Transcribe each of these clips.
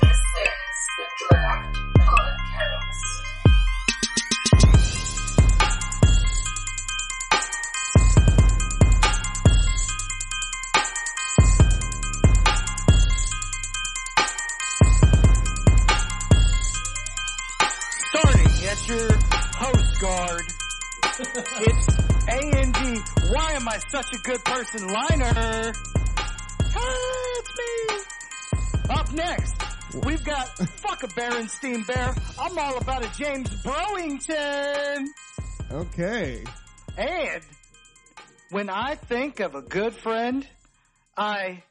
This is the Draft Podcast. starting at your host guard. It's A&D. Why am I such a good person? Liner. Help me. Up next, we've got fuck a Berenstein Bear. I'm all about a James Browington. Okay. And when I think of a good friend, I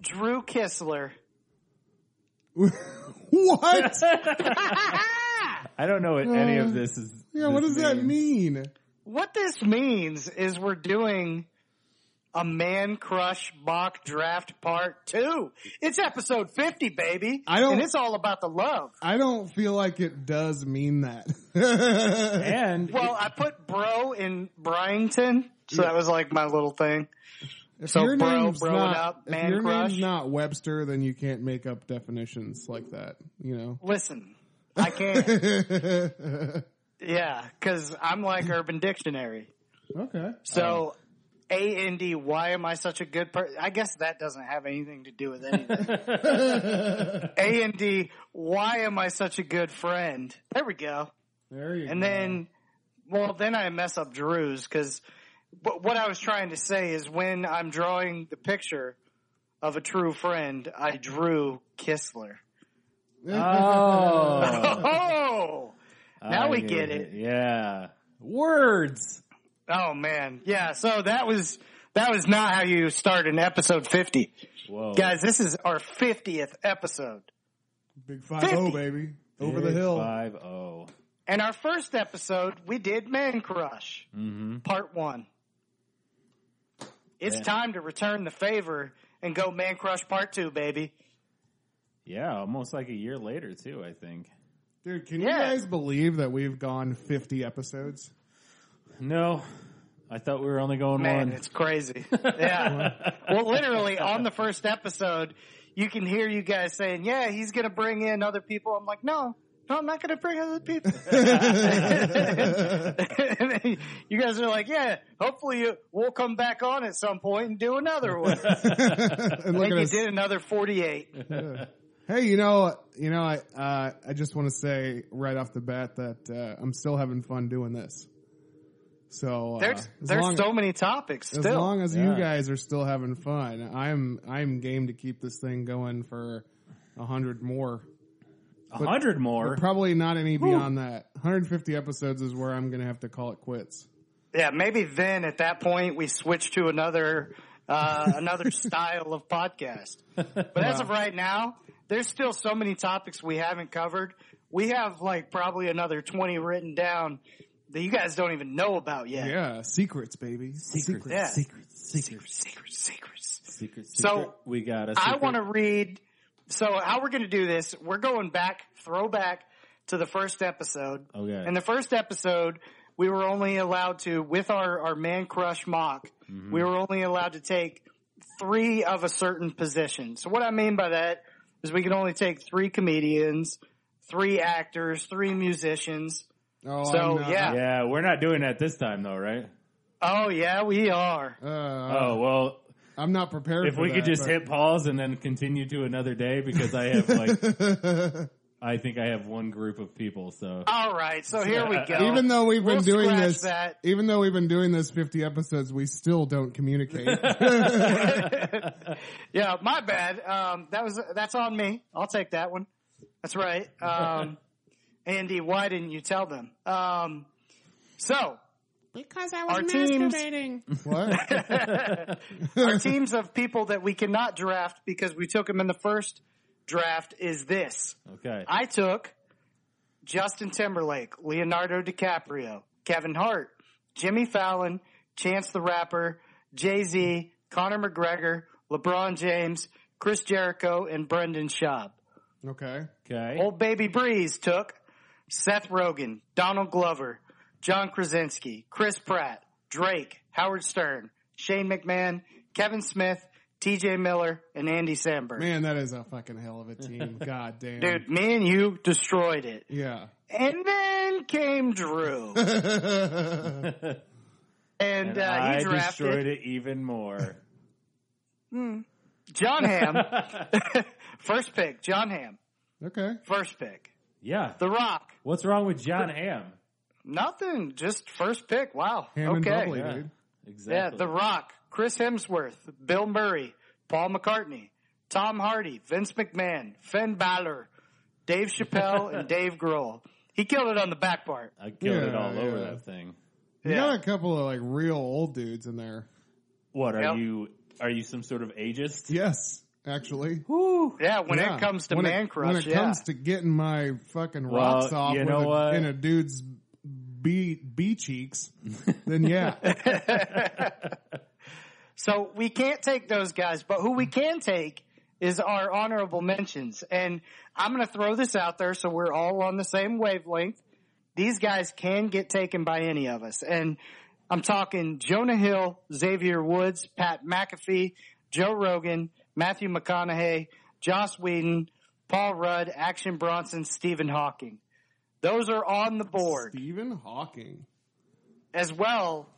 Drew Kissler. What? I don't know what any of this is. Um, Yeah, what does this that mean? What this means is we're doing a man crush mock draft part two. It's episode 50, baby. I don't- and it's all about the love. I don't feel like it does mean that. And Well, I put bro in Bryington. So that was like my little thing. if so your bro, name's broing not, up, if man your crush. name's not Webster, then you can't make up definitions like that. You know. Listen, I can't. yeah. Cause I'm like urban dictionary. Okay. So A N D, why am I such a good person? I guess that doesn't have anything to do with anything. A N D, why am I such a good friend? There we go. There you And go. then, well, then I mess up Drew's because what I was trying to say is when I'm drawing the picture of a true friend, I drew Kistler. Uh, oh, Oh, now I we get it. Yeah, words. Oh man, yeah. So that was that was not how you start in episode fifty, Whoa, guys. This is our fiftieth episode. Big five zero, 50. baby. Over the hill. Five oh. And our first episode, we did Man Crush, part one. It's Yeah. time to return the favor and go Man Crush part two, baby. Yeah, almost like a year later too. I think. Dude, can Yeah. you guys believe that we've gone 50 episodes? No, I thought we were only going Man, one. it's crazy. Yeah. well, literally on the first episode, you can hear you guys saying, yeah, he's going to bring in other people. I'm like, no, no, I'm not going to bring other people. you guys are like, yeah, hopefully you, we'll come back on at some point and do another one. and and look at you us. Uh-huh. did another 48. Hey, you know, you know, I uh, I just want to say right off the bat that uh, I'm still having fun doing this. So uh, There's as there's long- so many topics as still. long as Yeah. you guys are still having fun, I'm I'm game to keep this thing going for a hundred more. A hundred more. Probably not any beyond that. 150 episodes is where I'm going to have to call it quits. yeah, maybe then at that point we switch to another uh, another style of podcast. But as of right now, there's still so many topics we haven't covered. We have like probably another 20 written down that you guys don't even know about yet. Yeah, secrets, baby. Secrets. Yeah. Secrets, secrets, Secrets, secrets. secrets. So, secret. we got a I secret. want to read. So how we're going to do this? We're going back, throwback to the first episode. Okay. In the first episode, we were only allowed to, with our our man crush mock, Mm-hmm. we were only allowed to take three of a certain position. So what I mean by that is we can only take three comedians, three actors, three musicians. Oh, So, I'm not- yeah. Yeah, we're not doing that this time though, right? Oh yeah, we are. Uh, oh well, I'm not prepared. if for we could that, just but- hit pause and then continue to another day because I have like I think I have one group of people. So All right, so here we uh, go. even though we've been We'll doing scratch this, that. even though we've been doing this 50 episodes, we still don't communicate. Yeah, my bad. Um, that was that's on me. I'll take that one. That's right. Um, Andy, why didn't you tell them? Um, so because I was our teams, what? our teams of people that we cannot draft because we took them in the first draft is this. okay, I took Justin Timberlake, Leonardo DiCaprio, Kevin Hart, Jimmy Fallon, Chance the Rapper, Jay Z, Conor McGregor, LeBron James, Chris Jericho, and Brendan Schaub. Okay. Okay. Old Baby Breeze took Seth Rogen, Donald Glover, John Krasinski, Chris Pratt, Drake, Howard Stern, Shane McMahon, Kevin Smith, TJ Miller, and Andy Samberg. Man, that is a fucking hell of a team. God damn. Dude, me and you destroyed it. Yeah. And then came Drew. yeah. And, and uh, I he drafted destroyed it even more. John Ham. First pick, John Ham. Okay. First pick. yeah. The Rock. What's wrong with John Hamm? Nothing. Just first pick. Wow. Ham and okay. bubbly, Yeah. dude. Exactly. Yeah, The Rock, Chris Hemsworth, Bill Murray, Paul McCartney, Tom Hardy, Vince McMahon, Finn Balor, Dave Chappelle, and Dave Grohl. He killed it on the back part. I killed it Yeah, all over yeah. that thing. You Yeah. got a couple of like real old dudes in there. What are Yep. you? Are you some sort of ageist? Yes, actually. Yeah, when Yeah. it comes to When it- man crush, when it yeah. comes to getting my fucking Well, rocks off you with know a- what? in a dude's bee bee cheeks, then yeah, So we can't take those guys, but who we can take is our honorable mentions. And I'm going to throw this out there so we're all on the same wavelength. These guys can get taken by any of us. And I'm talking Jonah Hill, Xavier Woods, Pat McAfee, Joe Rogan, Matthew McConaughey, Joss Whedon, Paul Rudd, Action Bronson, Stephen Hawking. Those are on the board Stephen Hawking. as well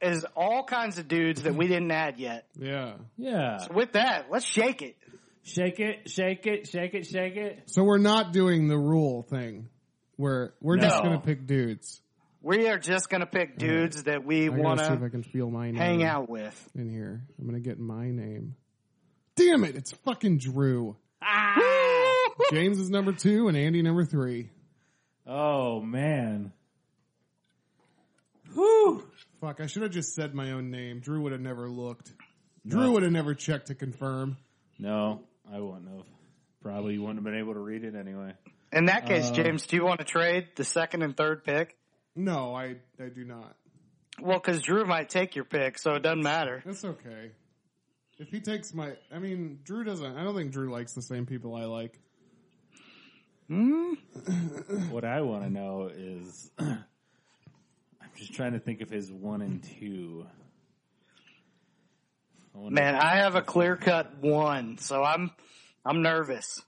as all kinds of dudes that we didn't add yet. Yeah. Yeah. With that, let's shake it. Shake it, shake it, shake it, shake it. So we're not doing the rule thing. We're we're just No. gonna pick dudes. We are just going to pick dudes that we I want gotta see if I to can feel my name hang out with. in here. I'm gonna get my name. Damn it! It's fucking Drew. James is number two and Andy number three. Oh man. Fuck! I should have just said my own name. Drew would have never looked. Drew would have never checked to confirm. No, I wouldn't have. Probably you wouldn't have been able to read it anyway. In that Uh, case, James, do you want to trade the second and third pick? No, I I do not. Well, because Drew might take your pick, so it doesn't matter. That's okay. If he takes my, I mean, Drew doesn't. I don't think Drew likes the same people I like. What I want to know is, I'm just trying to think of his one and two. I wonder- Man, I have a clear cut one, so I'm I'm nervous.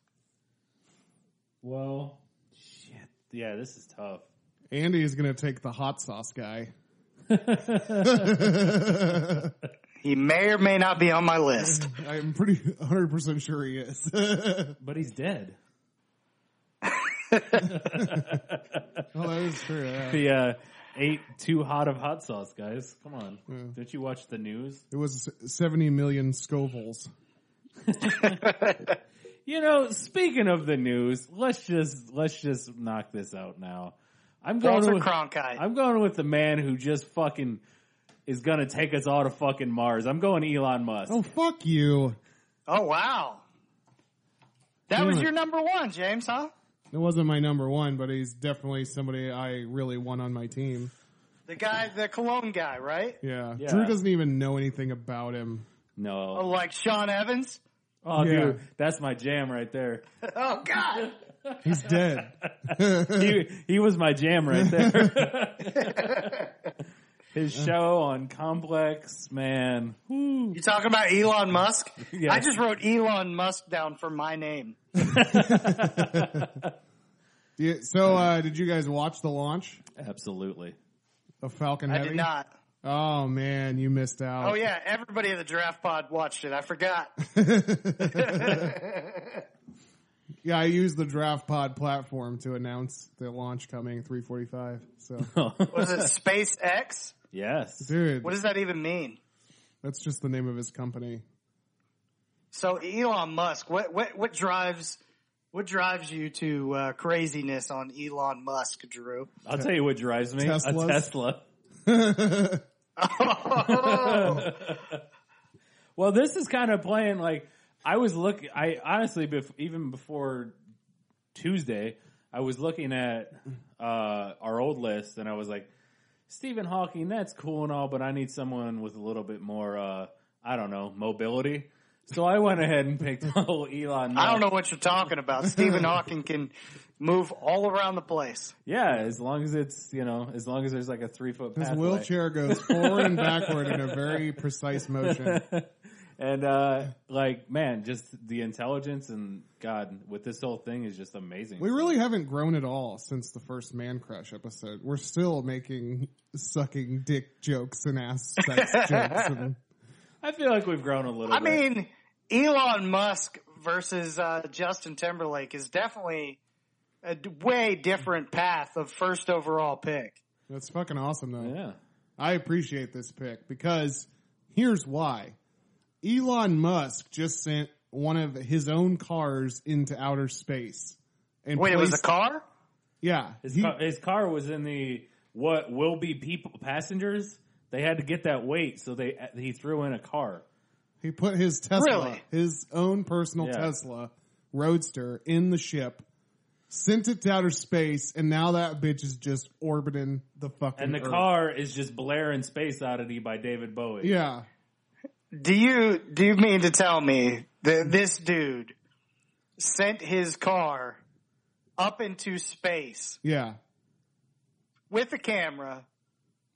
Well, shit. Yeah, this is tough. Andy is gonna take the hot sauce guy. He may or may not be on my list. I'm pretty 100 percent sure he is. oh, But he's dead. that is true. yeah. The uh, ate too hot of hot sauce, guys. Come on. Yeah. Don't you watch the news? It was 70 million Scovilles. You know, speaking of the news, let's just let's just knock this out now. I'm going Walter with, Cronkite. I'm going with the man who just fucking is gonna take us all to fucking Mars. I'm going Elon Musk. Oh fuck you! Oh wow, that was your number one, James? Huh? It wasn't my number one, but he's definitely somebody I really want on my team. The guy, the cologne guy, right? Yeah. Yeah. Drew doesn't even know anything about Oh, him. No, like Sean Evans. oh yeah. dude, that's my jam right there. Oh God. He's dead. He he was my jam right there. His show on Complex, man. Woo. You talking about Elon Musk? Yeah. I just wrote Elon Musk down for my name. Yeah, so, uh, did you guys watch the launch Absolutely. of Falcon I Heavy? did not. Oh man, you missed out. Oh yeah, everybody in the draft pod watched it. I forgot. Yeah, I used the draft pod platform to announce the launch coming 345. So Was it SpaceX? Yes. dude, What does that even mean? that's just the name of his company. So Elon Musk, what what what drives what drives you to uh, craziness on Elon Musk, Drew? I'll tell you what drives me. Teslas? A Tesla. well, this is kind of playing like I was look. I honestly, bef- even before Tuesday, I was looking at uh, our old list, and I was like, Stephen Hawking, that's cool and all, but I need someone with a little bit more. Uh, I don't know mobility. So I went ahead and picked old Elon. Musk. I don't know what you're talking about. Stephen Hawking can move all around the place. Yeah, as long as it's you know, as long as there's like a three foot His pathway. wheelchair goes forward and backward in a very precise motion. and uh like man, just the intelligence and God with this whole thing is just amazing. We really haven't grown at all since the first Man Crush episode. We're still making sucking dick jokes and ass sex jokes. And I feel like we've grown a little. I bit. mean, Elon Musk versus uh, Justin Timberlake is definitely a d- way different path of first overall pick. that's fucking awesome though. yeah. I appreciate this pick because here's why. Elon Musk just sent one of his own cars into outer space. And Wait, it was a placed- car? Yeah. His, he- car, his car was in the what will be people passengers. They had to get that weight, so they he threw in a car. He put his Tesla, Really? his own personal Yeah. Tesla Roadster in the ship, sent it to outer space, and now that bitch is just orbiting the fucking And the Earth. car is just blaring Space Oddity by David Bowie. Yeah. Do you do you mean to tell me that this dude sent his car up into space Yeah. with a camera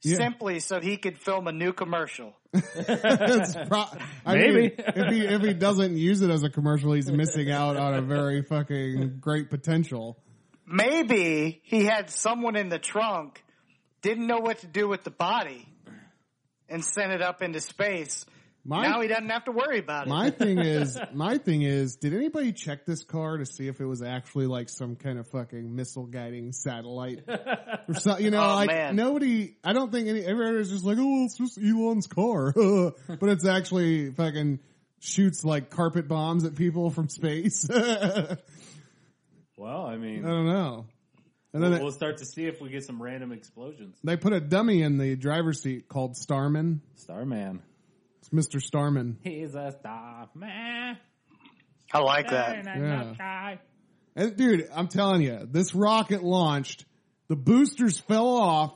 Yeah. simply so he could film a new commercial? It's pro- I Maybe. mean, if he if he doesn't use it as a commercial, he's missing out on a very fucking great potential. Maybe he had someone in the trunk, didn't know what to do with the body, and sent it up into space. My now he doesn't have to worry about it. my thing is my thing is did anybody check this car to see if it was actually like some kind of fucking missile guiding satellite or something you know Oh, like man. nobody i don't think any everybody's just like oh it's just elon's car but it's actually fucking shoots like carpet bombs at people from space i Well, I mean, don't know and then we'll, it- we'll start to see if we get some random explosions. they put a dummy in the driver's seat called starman Starman. it's mr starman He's a starman. I like that. Yeah. And dude, I'm telling you, this rocket launched, the boosters fell off,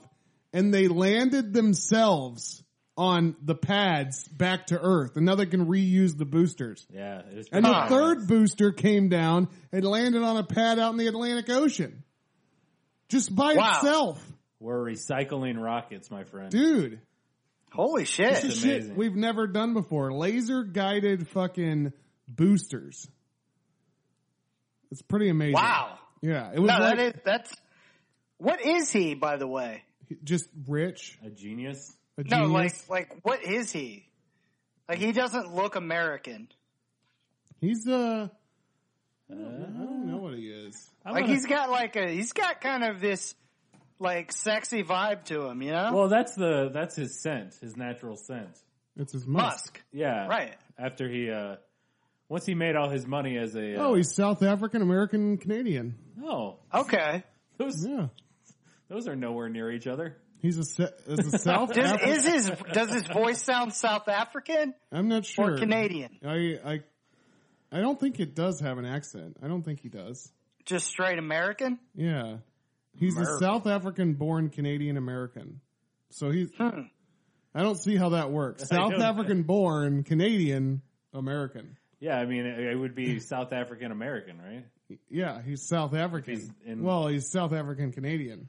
and they landed themselves on the pads back to Earth. And now they can reuse the boosters. Yeah. It was And pretty the badass. third booster came down and landed on a pad out in the Atlantic Ocean. Just by Wow. itself. We're recycling rockets, my friend. Dude. Holy shit. This is amazing. shit we've never done before. Laser guided fucking boosters. It's pretty amazing. Wow. Yeah. It was No, like that is, that's. What is he, by the way? just rich. A genius. A No, genius. like, like, what is he? Like, he doesn't look American. He's uh, I don't know what he is. I'm Like, gonna- he's got like a, he's got kind of this, like, sexy vibe to him, you know? well, that's the that's his scent, his natural scent. It's his musk. Musk. Yeah. Right. After he, uh, once he made all his money as a, uh, Oh, he's South African American Canadian. oh, Okay. those, Yeah, those are nowhere near each other. he's a, se- is a South. Does, Afri- is his, does his voice sound South African I'm not or sure. Canadian? I I I don't think it does have an accent. I don't think he does. Just straight American? Yeah, he's a American. South African born Canadian American. So he's. Hmm. I don't see how that works. South don't- African born Canadian American. Yeah, I mean, it, it would be South African American, right? Yeah, he's South African. He's in- well, he's South African Canadian.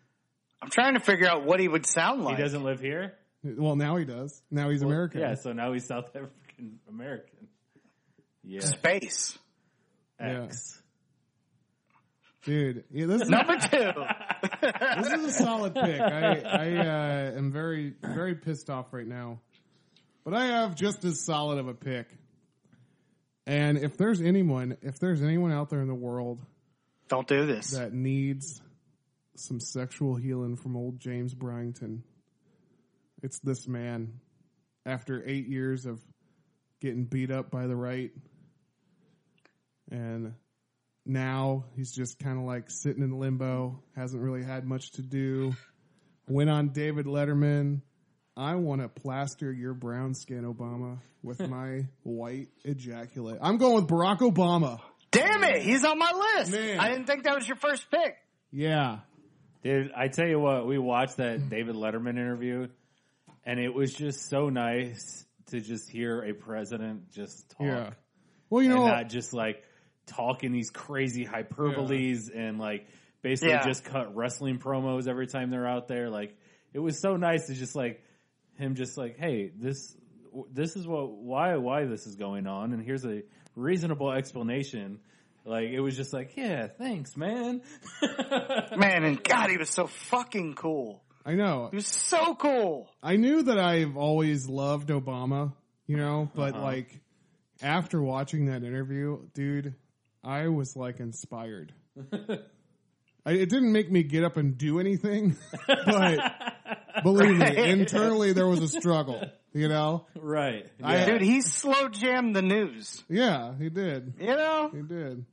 I'm trying to figure out what he would sound He like. doesn't live here. Well, now he does. Now he's American. Yeah, so now he's South African American. Yeah. Space. Yeah. X. Dude, yeah, this, is, Number two. this is a solid pick. I, I uh, am very, very pissed off right now. But I have just as solid of a pick. And if there's anyone, if there's anyone out there in the world Don't do this. that needs some sexual healing from old James Bryington, it's this man. After eight years of getting beat up by the right, and now he's just kind of like sitting in limbo, hasn't really had much to do. Went on David Letterman. I want to plaster your brown skin, Obama, with my white ejaculate. I'm going with Barack Obama. Damn it, he's on my list. Man. I didn't think that was your first pick. Yeah. Dude, I tell you what, we watched that David Letterman interview, and it was just so nice to just hear a president just talk. Yeah. Well, you and know- not just like talking these crazy hyperboles and like basically Yeah. just cut wrestling promos every time they're out there. Like it was so nice to just like him just like, hey, this this is what why why this is going on, and here's a reasonable explanation. Like it was just like, yeah, thanks, man. Man, and God, he was so fucking cool. I know. He was so cool. I knew that I've always loved Obama, you know, but Uh-huh. like after watching that interview, dude, I was like inspired. I, it didn't make me get up and do anything, but believe Right. me, internally there was a struggle, you know? right. I- Dude, he slow jammed the news. Yeah, he did. You know? He did.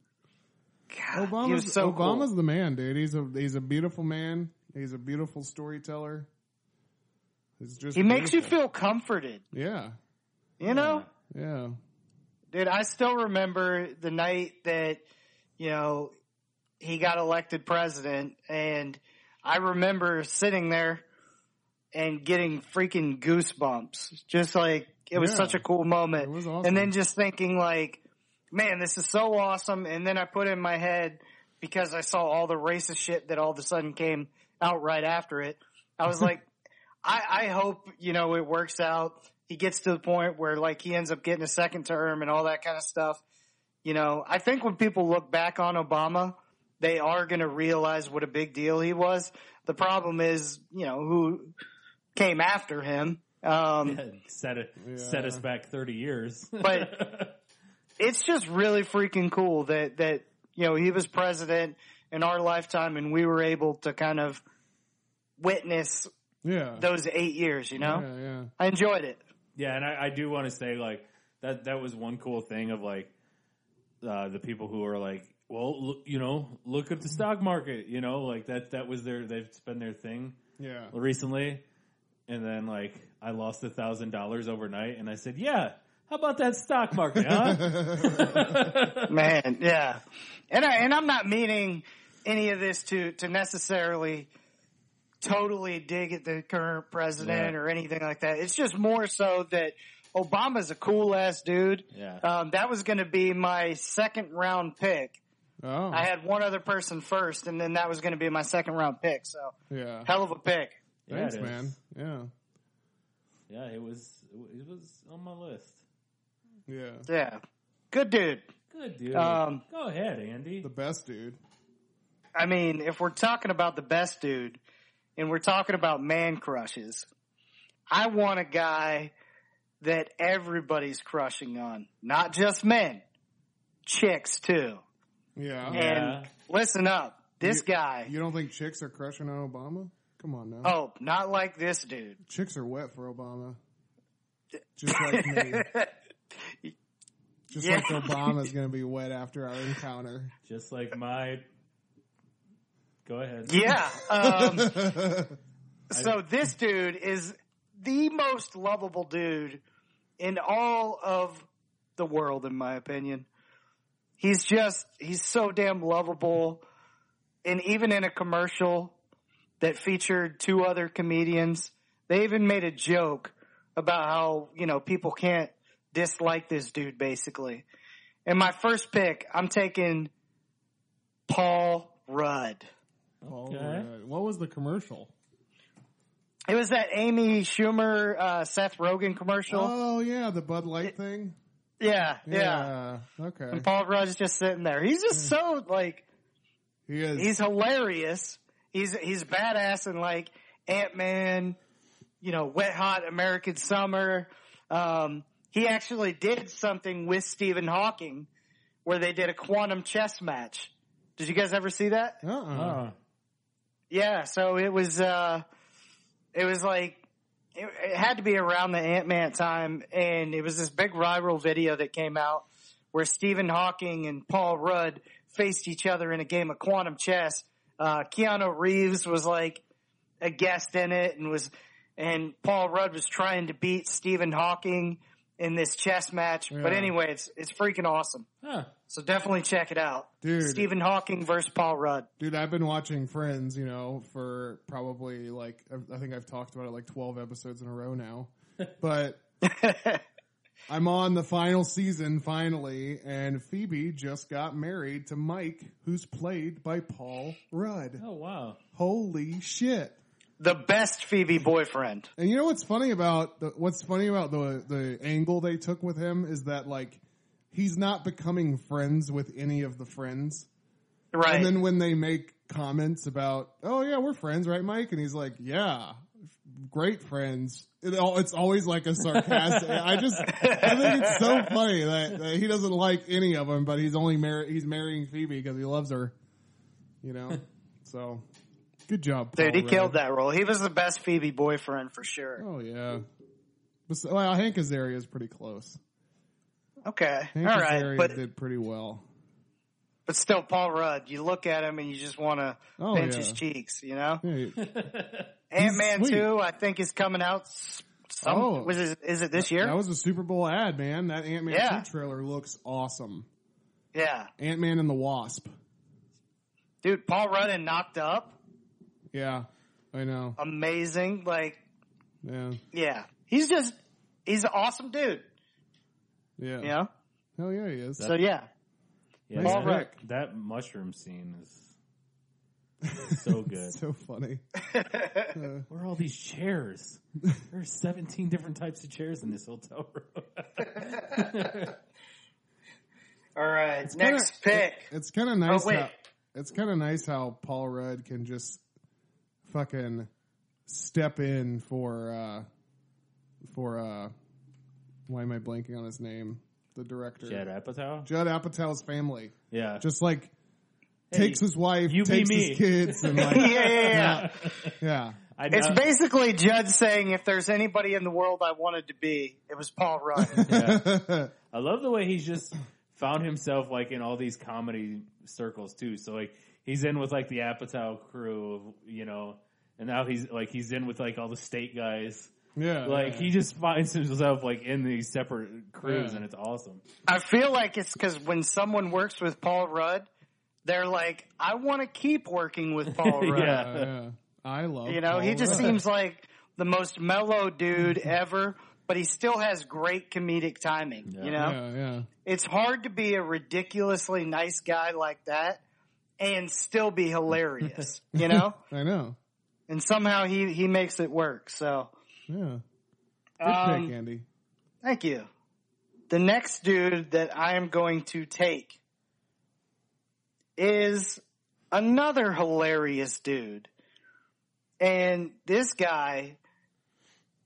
God, he Obama's was so cool. Obama's the man, dude. He's a he's a beautiful man. He's a beautiful storyteller. He's just He makes you beautiful. feel comforted. Yeah. You know? Yeah. Dude, I still remember the night that, you know, he got elected president and I remember sitting there and getting freaking goosebumps. Just like it was Yeah. such a cool moment. It was awesome. And then just thinking like, man, this is so awesome. And then I put in my head because I saw all the racist shit that all of a sudden came out right after it. I was like, I, I hope, you know, it works out. He gets to the point where like he ends up getting a second term and all that kind of stuff. You know, I think when people look back on Obama, they are going to realize what a big deal he was. The problem is, you know, who came after him. Um, set it set us Yeah. back thirty years. But- it's just really freaking cool that that you know he was president in our lifetime and we were able to kind of witness Yeah. those eight years you know Yeah, yeah. i enjoyed it yeah, and I, I do want to say like that that was one cool thing of like uh, the people who are like, well, look, you know, look at the Mm-hmm. stock market, you know, like that that was their that's been their thing Yeah. recently, and then like I lost a thousand dollars overnight, and I said, yeah, how about that stock market, huh? man yeah and i and i'm not meaning any of this to to necessarily totally dig at the current president Yeah. or anything like that it's just more so that obama's a cool ass dude Yeah. um, that was going to be my second round pick Oh. I had one other person first, and then that was going to be my second round pick. So yeah. hell of a pick. Yeah, Thanks, it is. man. Yeah. Yeah, it was it was on my list. Yeah. Yeah, good dude. Good dude. Um, Go ahead, Andy. The best dude. I mean, if we're talking about the best dude, and we're talking about man crushes, I want a guy that everybody's crushing on, not just men, chicks too. Yeah. Yeah. And listen up, this guy. You don't think chicks are crushing on Obama? Come on now. oh, not like this dude. Chicks are wet for Obama. Just like me. Just Yeah. like Obama's going to be wet after our encounter. Just like my. Go ahead. Yeah. Um, so this dude is the most lovable dude in all of the world, in my opinion. He's just, he's so damn lovable. And even in a commercial that featured two other comedians, they even made a joke about how, you know, people can't dislike this dude basically. And my first pick, I'm taking Paul Rudd. All Okay. right. What was the commercial? It was that Amy Schumer, uh, Seth Rogen commercial. Oh, yeah. The Bud Light thing? yeah, yeah, Okay. And Paul Rudd's just sitting there. He's just so like He is. he's hilarious. He's he's badass and like Ant Man, you know, Wet Hot American Summer. Um, he actually did something with Stephen Hawking where they did a quantum chess match. Did you guys ever see that? uh-uh. Uh, Yeah, so it was uh it was like it, it had to be around the Ant Man time and it was this big viral video that came out where Stephen Hawking and Paul Rudd faced each other in a game of quantum chess. Uh Keanu Reeves was like a guest in it and was and Paul Rudd was trying to beat Stephen Hawking in this chess match. But Yeah. anyway, it's it's freaking awesome. huh. So definitely check it out. Dude. Stephen Hawking versus Paul Rudd. Dude, I've been watching Friends, you know, for probably like I- I think I've talked about it like twelve episodes in a row now. But I'm on the final season finally, and Phoebe just got married to Mike, who's played by Paul Rudd. Oh wow. Holy shit! The best Phoebe boyfriend. And you know what's funny about the, what's funny about the the angle they took with him is that like he's not becoming friends with any of the friends. Right. And then when they make comments about, oh yeah, we're friends, right, Mike? And he's like, yeah, great friends. It, al- it's always like a sarcastic. I just, I think it's so funny that, that he doesn't like any of them, but he's only mar- he's marrying Phoebe because he loves her. You know, so good job, Dude, Paul he Rudd. killed that role. He was the best Phoebe boyfriend for sure. Oh yeah. Bes- Well, Hank Azaria is pretty close. Okay. Hank All Azaria right. But did pretty well. but still Paul Rudd, you look at him and you just want to Oh, pinch yeah. his cheeks, you know? Yeah, he- Ant-Man sweet. 2 I think is coming out s- some Oh. was it, is it this year? That was a Super Bowl ad, man. That Ant Man Yeah. 2 trailer looks awesome. yeah. Ant Man and the Wasp. Dude, Paul Rudd and Knocked Up, Yeah, I know. amazing. Like, Yeah, yeah. He's just he's an awesome dude, yeah. you know? Hell yeah, he is. So yeah. Yeah, Nice that, pick. that mushroom scene is so good. so funny. Where are all these chairs? There are 17 different types of chairs in this hotel room. All right. Next pick. It's kind of nice. wait. How, it's kind of nice how Paul Rudd can just fucking step in for uh for uh why am I blanking on his name? The director. Chad Apatow? Judd Apatow's family. Yeah. Just like takes his wife, you be takes me. his kids and yeah, like yeah, yeah. yeah. I It's know- basically Judd saying, if there's anybody in the world I wanted to be, it was Paul Rudd. Yeah. I love the way he's just found himself like in all these comedy circles too. So like he's in with like the Apatow crew, you know, and now he's like he's in with like all the state guys. Like he just finds himself like in these separate crews, Yeah. and it's awesome. I feel like it's because when someone works with Paul Rudd, they're like, I want to keep working with Paul Rudd. Yeah. Yeah, yeah. I love You know, he Paul just Rudd. seems like the most mellow dude ever, but he still has great comedic timing. You know, Yeah, yeah. it's hard to be a ridiculously nice guy like that and still be hilarious. you know, I know. and somehow he he makes it work. So Yeah. Good Um, pick, Andy. Thank you. The next dude that I am going to take is another hilarious dude. And this guy,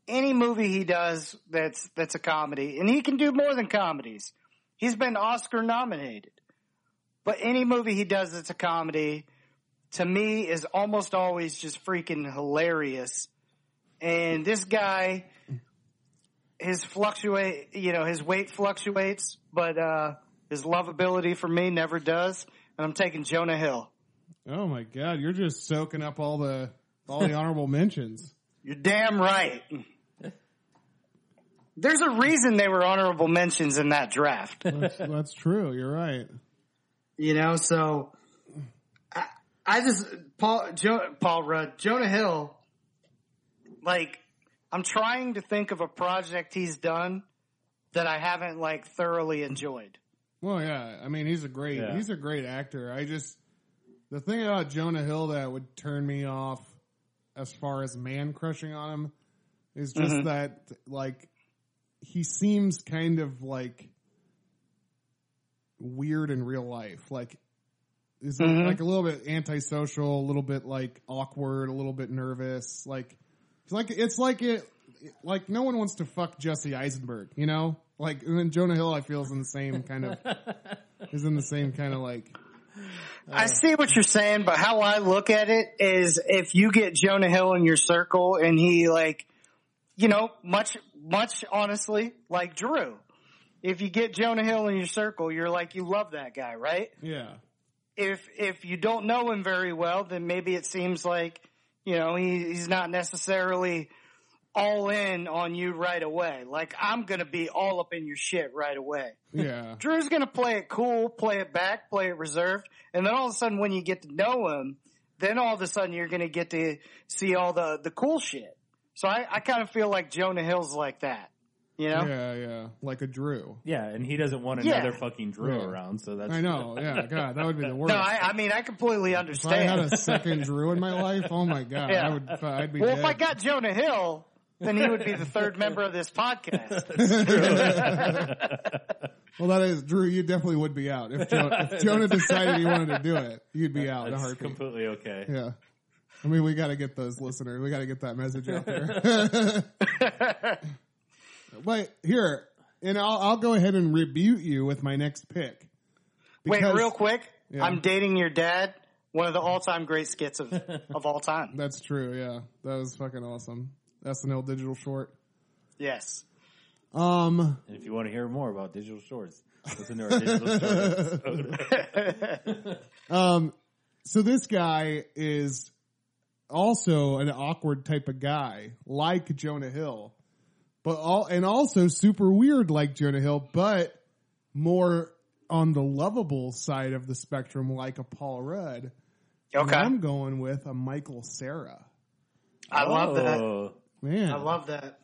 any movie he does that's that's a comedy, and he can do more than comedies. He's been Oscar nominated. But any movie he does that's a comedy, to me, is almost always just freaking hilarious. And this guy his fluctuate, you know, his weight fluctuates, but uh, his lovability for me never does. And I'm taking Jonah Hill. Oh my god, you're just soaking up all the all the honorable mentions. You're damn right. There's a reason they were honorable mentions in that draft, That's, that's true. You're right. you know. So I, I just Paul jo, Paul Rudd, Jonah Hill. Like I'm trying to think of a project he's done that I haven't like thoroughly enjoyed. Well, yeah. I mean, he's a great Yeah. he's a great actor. I just the thing about Jonah Hill that would turn me off as far as man crushing on him is just that like he seems kind of like weird in real life. Like is Mm-hmm. like a little bit antisocial, a little bit like awkward, a little bit nervous. Like it's like it's like it like no one wants to fuck Jesse Eisenberg, you know? Like and then Jonah Hill I feel is in the same kind of is in the same kind of like I see what you're saying, but how I look at it is if you get Jonah Hill in your circle and he like, you know, much, much honestly, like Drew, if you get Jonah Hill in your circle, you're like, you love that guy, right? yeah. If, if you don't know him very well, then maybe it seems like, you know, he, he's not necessarily all in on you right away. Like I'm going to be all up in your shit right away. Yeah. Drew's going to play it cool, play it back, play it reserved, and then all of a sudden, when you get to know him, then all of a sudden you're going to get to see all the the cool shit. So I, I kind of feel like Jonah Hill's like that. You know? Yeah, yeah. Like a Drew. Yeah, and he doesn't want Yeah. another fucking Drew Yeah. around, so that's I know. Yeah, God, that would be the worst. No, I, I mean I completely if I had understand. a second Drew in my life, oh my God, Yeah. I would. I'd be. Well, dead. if I got Jonah Hill, then he would be the third member of this podcast. Well, that is Drew. You definitely would be out if, jo- if Jonah decided he wanted to do it. You'd be out in a that's heartbeat. completely okay. yeah. I mean, we got to get those listeners. We got to get that message out there. but here, and I'll, I'll go ahead and rebuke you with my next pick. Wait, Because- real quick. Yeah. I'm dating your dad, one of the all-time great skits of, of all time. That's true. Yeah, that was fucking awesome. SNL digital short. Yes. Um, And if you want to hear more about digital shorts, listen to our digital shorts. Um, so this guy is also an awkward type of guy, like Jonah Hill, but all and also super weird, like Jonah Hill, but more on the lovable side of the spectrum, like a Paul Rudd. And Okay. I'm going with a Michael Sarah. I love that. Oh, Man, I love that.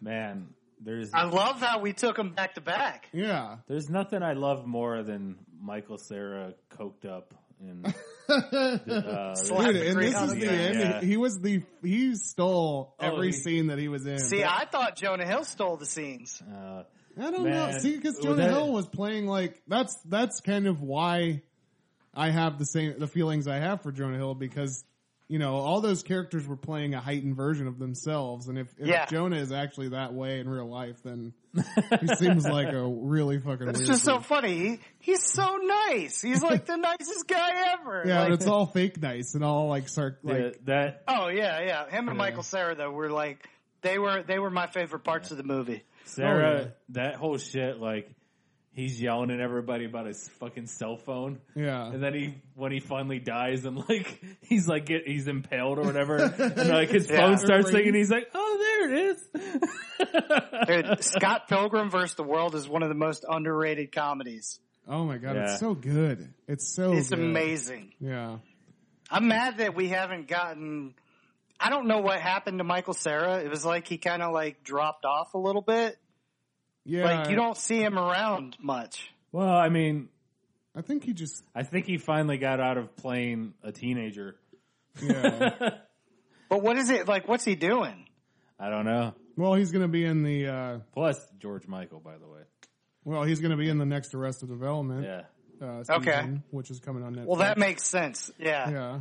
man. There's I love how we took him back to back. yeah. there's nothing I love more than Michael Sarah coked up and uh, Slapped Dude, and this Great is the idea, end. yeah. He was the he stole Oh, every he- scene that he was in. See, I thought Jonah Hill stole the scenes. uh, I don't Man. know. See, because Well, Jonah that- Hill was playing like that's that's kind of why I have the same the feelings I have for Jonah Hill because you know all those characters were playing a heightened version of themselves, and if, if Yeah. Jonah is actually that way in real life, then he seems like a really fucking. It's weird just so dude. funny. He, he's so nice. He's like the nicest guy ever. yeah, Like- but it's all fake nice and all like sarc like the- that oh yeah, yeah. Him and Yeah. Michael Sarah though were like they were they were my favorite parts of the movie. Sarah, Oh, yeah. that whole shit, like he's yelling at everybody about his fucking cell phone, yeah. and then he when he finally dies, and like he's like get, he's impaled or whatever, and like his phone starts ringing, he's like, oh, there it is. Dude, Scott Pilgrim versus the World is one of the most underrated comedies. Oh my god, Yeah. it's so good. It's so It's Oh, good. amazing. Yeah. I'm mad that we haven't gotten. I don't know what happened to Michael Sarah. It was like he kind of like dropped off a little bit. Yeah. Like you don't see him around much. well, I mean, I think he just I think he finally got out of playing a teenager. yeah. But what is it like? What's he doing? I don't know. well, he's going to be in the uh Plus George Michael, by the way. Well, he's going to be in the next Arrested Development Yeah, uh, season, Okay. which is coming on Netflix. Well, that makes sense. Yeah, yeah,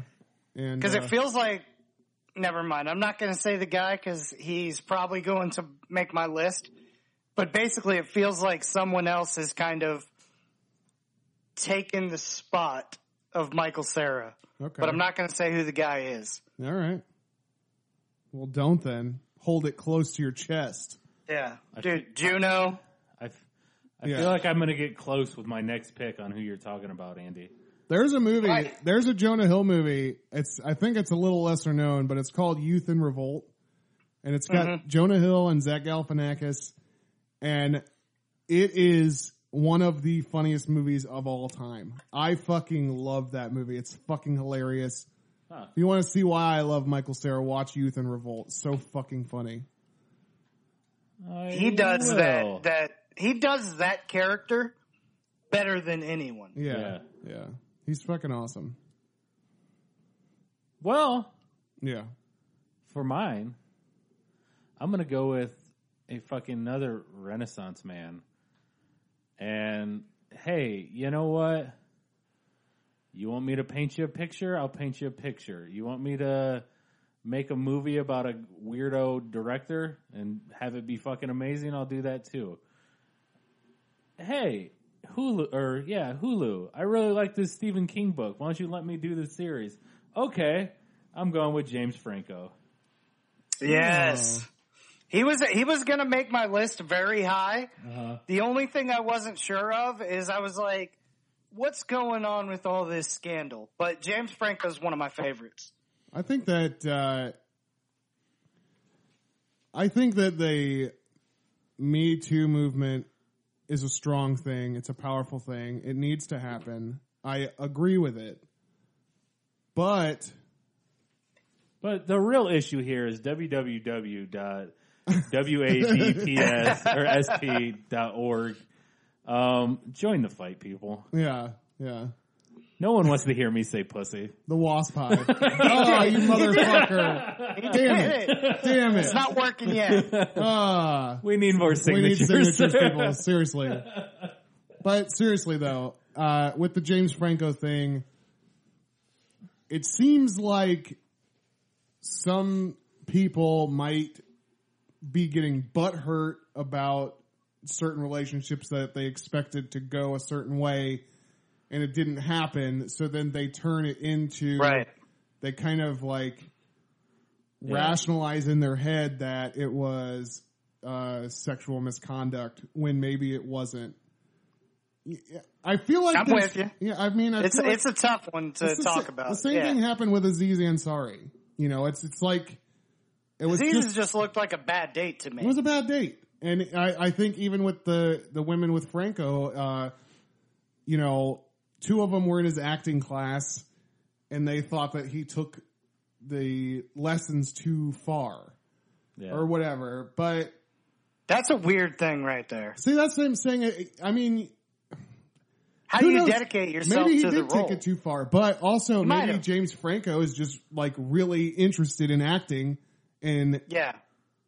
and because it uh, feels like. Never mind. I'm not going to say the guy because he's probably going to make my list. But basically, it feels like someone else has kind of taken the spot of Michael Sarah. okay. But I'm not going to say who the guy is. All right. Well, don't then hold it close to your chest. Yeah, dude, Juno. I. f- I Yeah. feel like I'm going to get close with my next pick on who you're talking about, Andy. There's a movie. Right. There's a Jonah Hill movie. It's I think it's a little lesser known, but it's called Youth in Revolt, and it's got Jonah Hill and Zach Galifianakis, and it is one of the funniest movies of all time. I fucking love that movie. It's fucking hilarious. If you want to see why I love Michael Sarah, watch Youth in Revolt. So fucking funny. He does will. that. That he does that character better than anyone. Yeah, Yeah. yeah, He's fucking awesome. Well, Yeah. for mine, I'm gonna go with a fucking another Renaissance man. And hey, you know what? You want me to paint you a picture? I'll paint you a picture. You want me to make a movie about a weirdo director and have it be fucking amazing? I'll do that too. Hey, Hulu or yeah, Hulu. I really like this Stephen King book. Why don't you let me do this series? Okay, I'm going with James Franco. Yes, he was. He was going to make my list very high. Uh-huh. The only thing I wasn't sure of is I was like, "What's going on with all this scandal?" But James Franco's one of my favorites. I think that uh, I think that the Me Too movement is a strong thing. It's a powerful thing. It needs to happen. I agree with it, but But the real issue here is www. dot wadps or sp dot org. Um, join the fight, people. Yeah, yeah. No one wants to hear me say pussy. The wasp hive. oh, you motherfucker. Damn it. Damn it. It's not working yet. Ah. We need more we need signatures. signatures, people. Seriously. But seriously, though, uh, with the James Franco thing, it seems like some people might be getting butthurt about certain relationships that they expected to go a certain way and it didn't happen. So then they turn it into right. they kind of like rationalize in their head that it was uh, sexual misconduct when maybe it wasn't. Y- I feel like I'm with this- you. Yeah, I mean, I It's feel like it's a tough one to it's the talk sa- about. The same yeah. thing happened with Aziz Ansari. You know, it's it's like it was These just just, looked like a bad date to me. it was a bad date, and I, I think even with the the women with Franco, uh, you know, two of them were in his acting class, and they thought that he took the lessons too far Yeah. or whatever. But That's a weird thing right there. see, that's what I'm saying. I- I mean, How Who do you knows? dedicate yourself maybe he to the did role? take it too far, but also might maybe have. James Franco is just like really interested in acting, and yeah.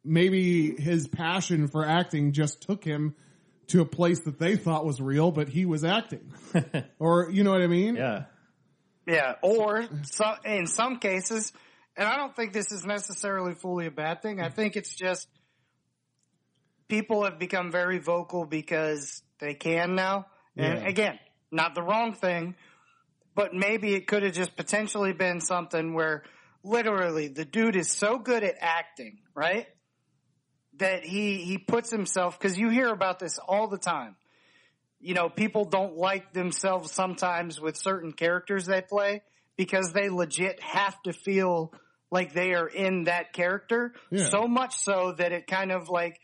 maybe his passion for acting just took him to a place that they thought was real, but he was acting, or you know what I mean? yeah. Yeah, or some in some cases, and I don't think this is necessarily fully a bad thing. I think it's just people have become very vocal because they can now. And Yeah. again, not the wrong thing, but maybe it could have just potentially been something where literally the dude is so good at acting, right? That he he puts himself cuz you hear about this all the time you know, people don't like themselves sometimes with certain characters they play because they legit have to feel like they are in that character Yeah. so much so that it kind of like,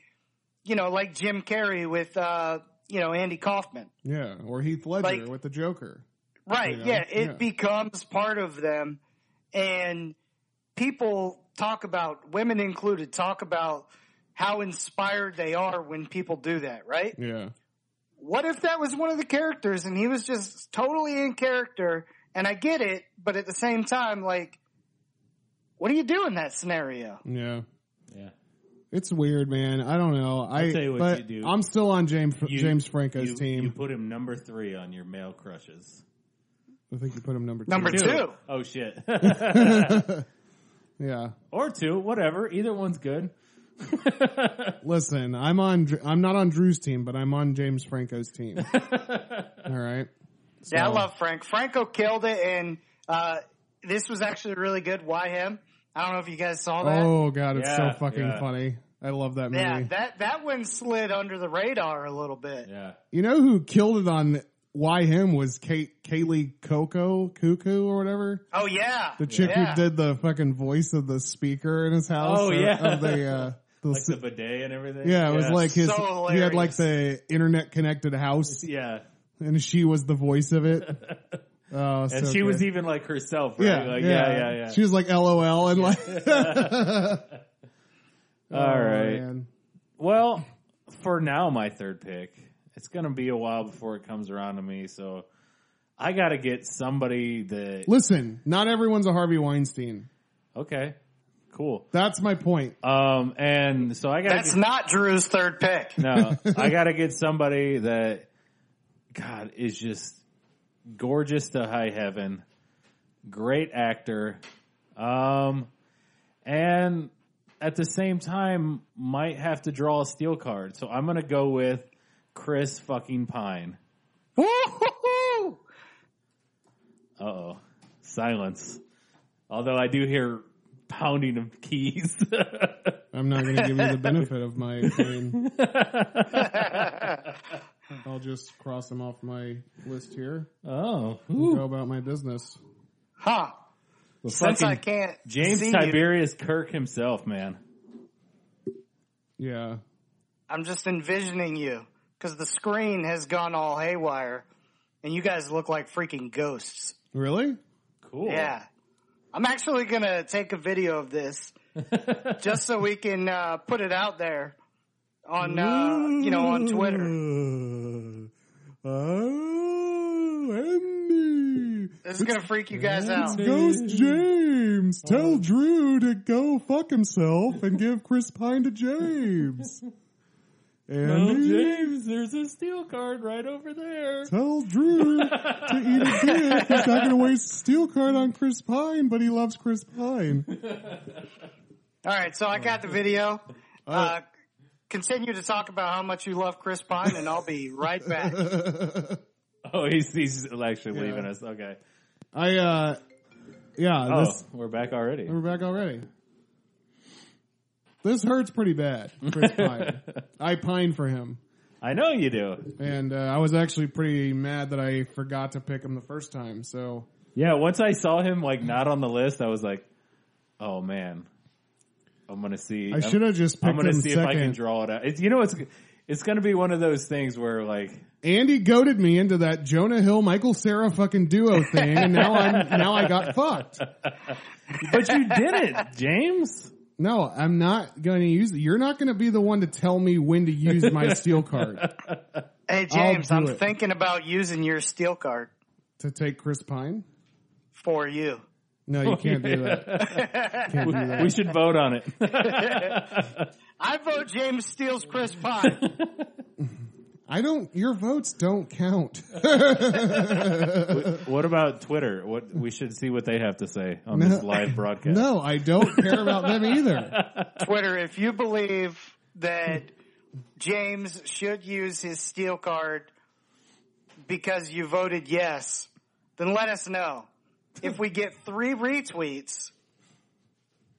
you know, like Jim Carrey with, uh, you know, Andy Kaufman. yeah. Or Heath Ledger Like- with the Joker. Right. You know? Yeah. It Yeah. becomes part of them. And people talk about, women included, talk about how inspired they are when people do that, right? Yeah, what if that was one of the characters and he was just totally in character and I get it, but at the same time, like, what do you do in that scenario? yeah. Yeah. It's weird, man. I don't know. I tell you what but you do. I'm still on James You- James Franco's you, team. You put him number three on your male crushes. I think you put him number two. Number two. Oh shit. Yeah. or two, whatever. Either one's good. Listen, I'm on. Dr- I'm not on Drew's team, but I'm on James Franco's team. All right. Yeah, I So- love Frank. Franco killed it, and uh, this was actually really good. Why him? I don't know if you guys saw that. Oh god, it's Yeah, so fucking yeah. funny. I love that movie. yeah, that that one slid under the radar a little bit. Yeah. you know who killed it on why him was Kate Kaylee Coco Cuckoo or whatever Oh yeah, the chick yeah. who did the fucking voice of the speaker in his house. Oh, or- yeah. of the, uh, the Like s- the bidet and everything. yeah, it was like his. So he had like the internet connected house, Yeah. and she was the voice of it. Oh, And she was even like herself, right? yeah, Like, yeah, yeah, yeah, yeah. She was like LOL and like. oh, All right. man. Well, for now, my third pick. It's going to be a while before it comes around to me, so I got to get somebody that. Listen, not everyone's a Harvey Weinstein. Okay, cool. That's my point. Um, and so I got That's not Drew's third pick. no, I got to get somebody that God is just gorgeous to high heaven, great actor, um, and at the same time might have to draw a steel card. So I'm gonna go with Chris fucking Pine. Woo-hoo-hoo! Uh oh, silence. Although I do hear pounding of keys. I'm not going to give you the benefit of my opinion. I'll just cross them off my list here. oh, Go about my business. Huh? Since I can't James see you, Tiberius Kirk himself, man. Yeah. I'm just envisioning you because the screen has gone all haywire, and you guys look like freaking ghosts. Really? Cool. Yeah, I'm actually gonna take a video of this just so we can uh, put it out there on uh, you know on Twitter. Oh, Uh, Andy. This is gonna freak you guys out. Ghost James, tell Drew to go fuck himself and give Chris Pine to James. Oh, Andy, James, there's a steel card right over there. tell Drew to eat a dick. He's not going to waste a steel card on Chris Pine, but he loves Chris Pine. All right, so I got the video. Uh, continue to talk about how much you love Chris Pine, and I'll be right back. Oh, he's he's actually leaving us. Okay. I, uh, yeah, Oh, this, we're back already. we're back already. This hurts pretty bad, Chris Pine. I pine for him. I know you do. And uh, I was actually pretty mad that I forgot to pick him the first time. So Yeah, once I saw him like not on the list, I was like, "Oh man, I'm gonna see." I I'm- should have just picked I'm gonna him see if I can second. draw it out. It's, you know, it's it's gonna be one of those things where like, Andy goaded me into that Jonah Hill Michael Sarah fucking duo thing, and now I'm now I got fucked. but you did it, James. No, I'm not going to use. You're not going to be the one to tell me when to use my steel card Hey James, do I'm it. thinking about using your steel card to take Chris Pine. for you. No, you can't do that. Can't do that. We should vote on it. I vote James steals Chris Pine. I don't. Your votes don't count. what about Twitter? What we should see what they have to say on this live broadcast. No, I don't care about them either. Twitter, if you believe that James should use his steel card because you voted yes, then let us know. If we get three retweets,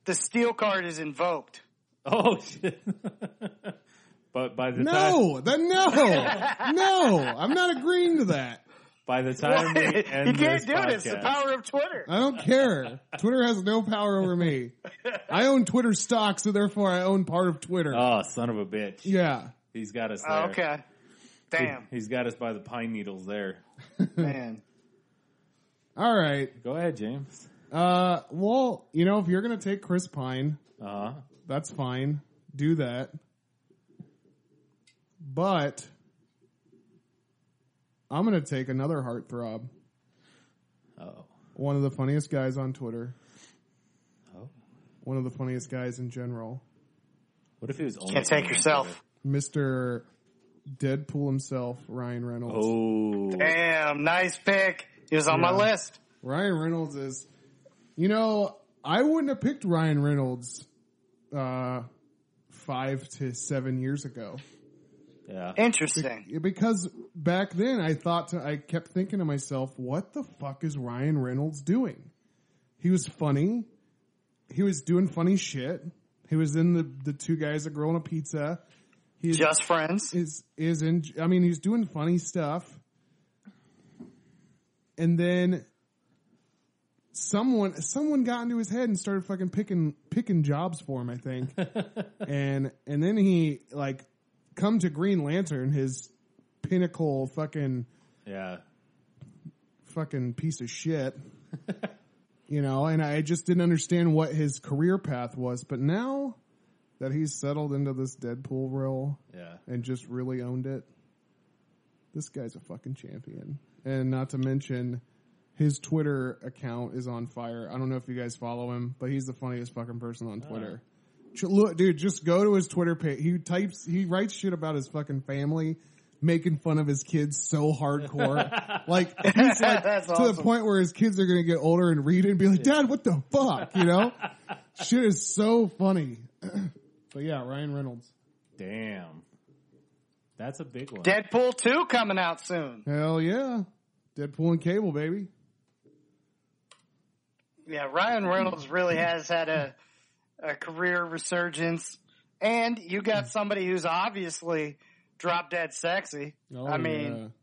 the steel card is invoked. Oh shit! but by the time No, that no, no. I'm not agreeing to that. by the time we you end can't this do it. It's the podcast- power of Twitter. I don't care. Twitter has no power over me. I own Twitter stock, so therefore I own part of Twitter. Oh, son of a bitch! yeah. He's got us. There. Oh, okay. Damn, He's got us by the pine needles there. man. All right. Go ahead, James. Uh, well, you know, if you're going to take Chris Pine, Uh huh. that's fine. Do that. But I'm going to take another heartthrob. Oh. One of the funniest guys on Twitter. Oh. One of the funniest guys in general. What if he was only Can't take yourself. Mr. Deadpool himself, Ryan Reynolds. Oh. Damn, nice pick. He was on my Yeah. list. Ryan Reynolds is, you know, I wouldn't have picked Ryan Reynolds uh, five to seven years ago Yeah. Interesting. because back then I thought to, I kept thinking to myself, what the fuck is Ryan Reynolds doing? He was funny. He was doing funny shit. He was in the the two guys, a girl and a pizza. He's Just friends. is is in. I mean, he's doing funny stuff, and then someone someone got into his head and started fucking picking picking jobs for him. I think, and and then he like come to Green Lantern, his pinnacle fucking Yeah. fucking piece of shit. you know, and I just didn't understand what his career path was, but now that he's settled into this Deadpool role, Yeah. and just really owned it. This guy's a fucking champion. And not to mention, his Twitter account is on fire. I don't know if you guys follow him, but he's the funniest fucking person on Twitter. Ah. Ch- Look, dude, just go to his Twitter page. He types, he writes shit about his fucking family, making fun of his kids so hardcore. like, he's like That's to the awesome. point where his kids are going to get older and read it and be like, Dad, what the fuck? You know? shit is so funny. but yeah, Ryan Reynolds. Damn. That's a big one. Deadpool 2 coming out soon. Hell yeah. Deadpool and Cable, baby. Yeah, Ryan Reynolds really has had a, a career resurgence. And you got somebody who's obviously drop dead sexy. Oh, I mean,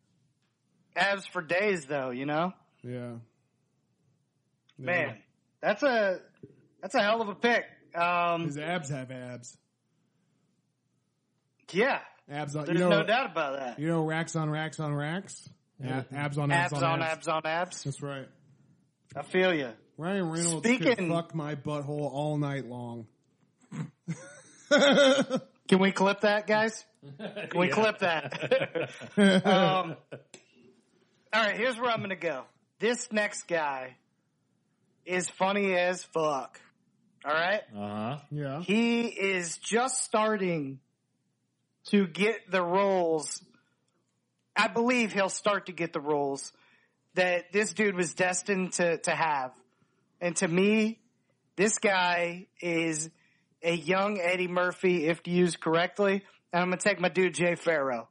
abs for days though, you know? yeah. Yeah. Yeah. Man, that's a, that's a hell of a pick. Um, His abs have abs. yeah, Abs on, there's you know, no doubt about that. you know, racks on racks on racks. A- abs on abs, Abs on abs on abs. That's right. I feel you. Ryan Reynolds Speaking- could fuck my butthole all night long. Can we clip that, guys? Can we clip that? um, all right, here's where I'm going to go. This next guy is funny as fuck. All right? Uh huh. Yeah. He is just starting to get the roles. I believe he'll start to get the roles that this dude was destined to, to have. And to me, this guy is a young Eddie Murphy, if used correctly. And I'm going to take my dude, Jay Farrow.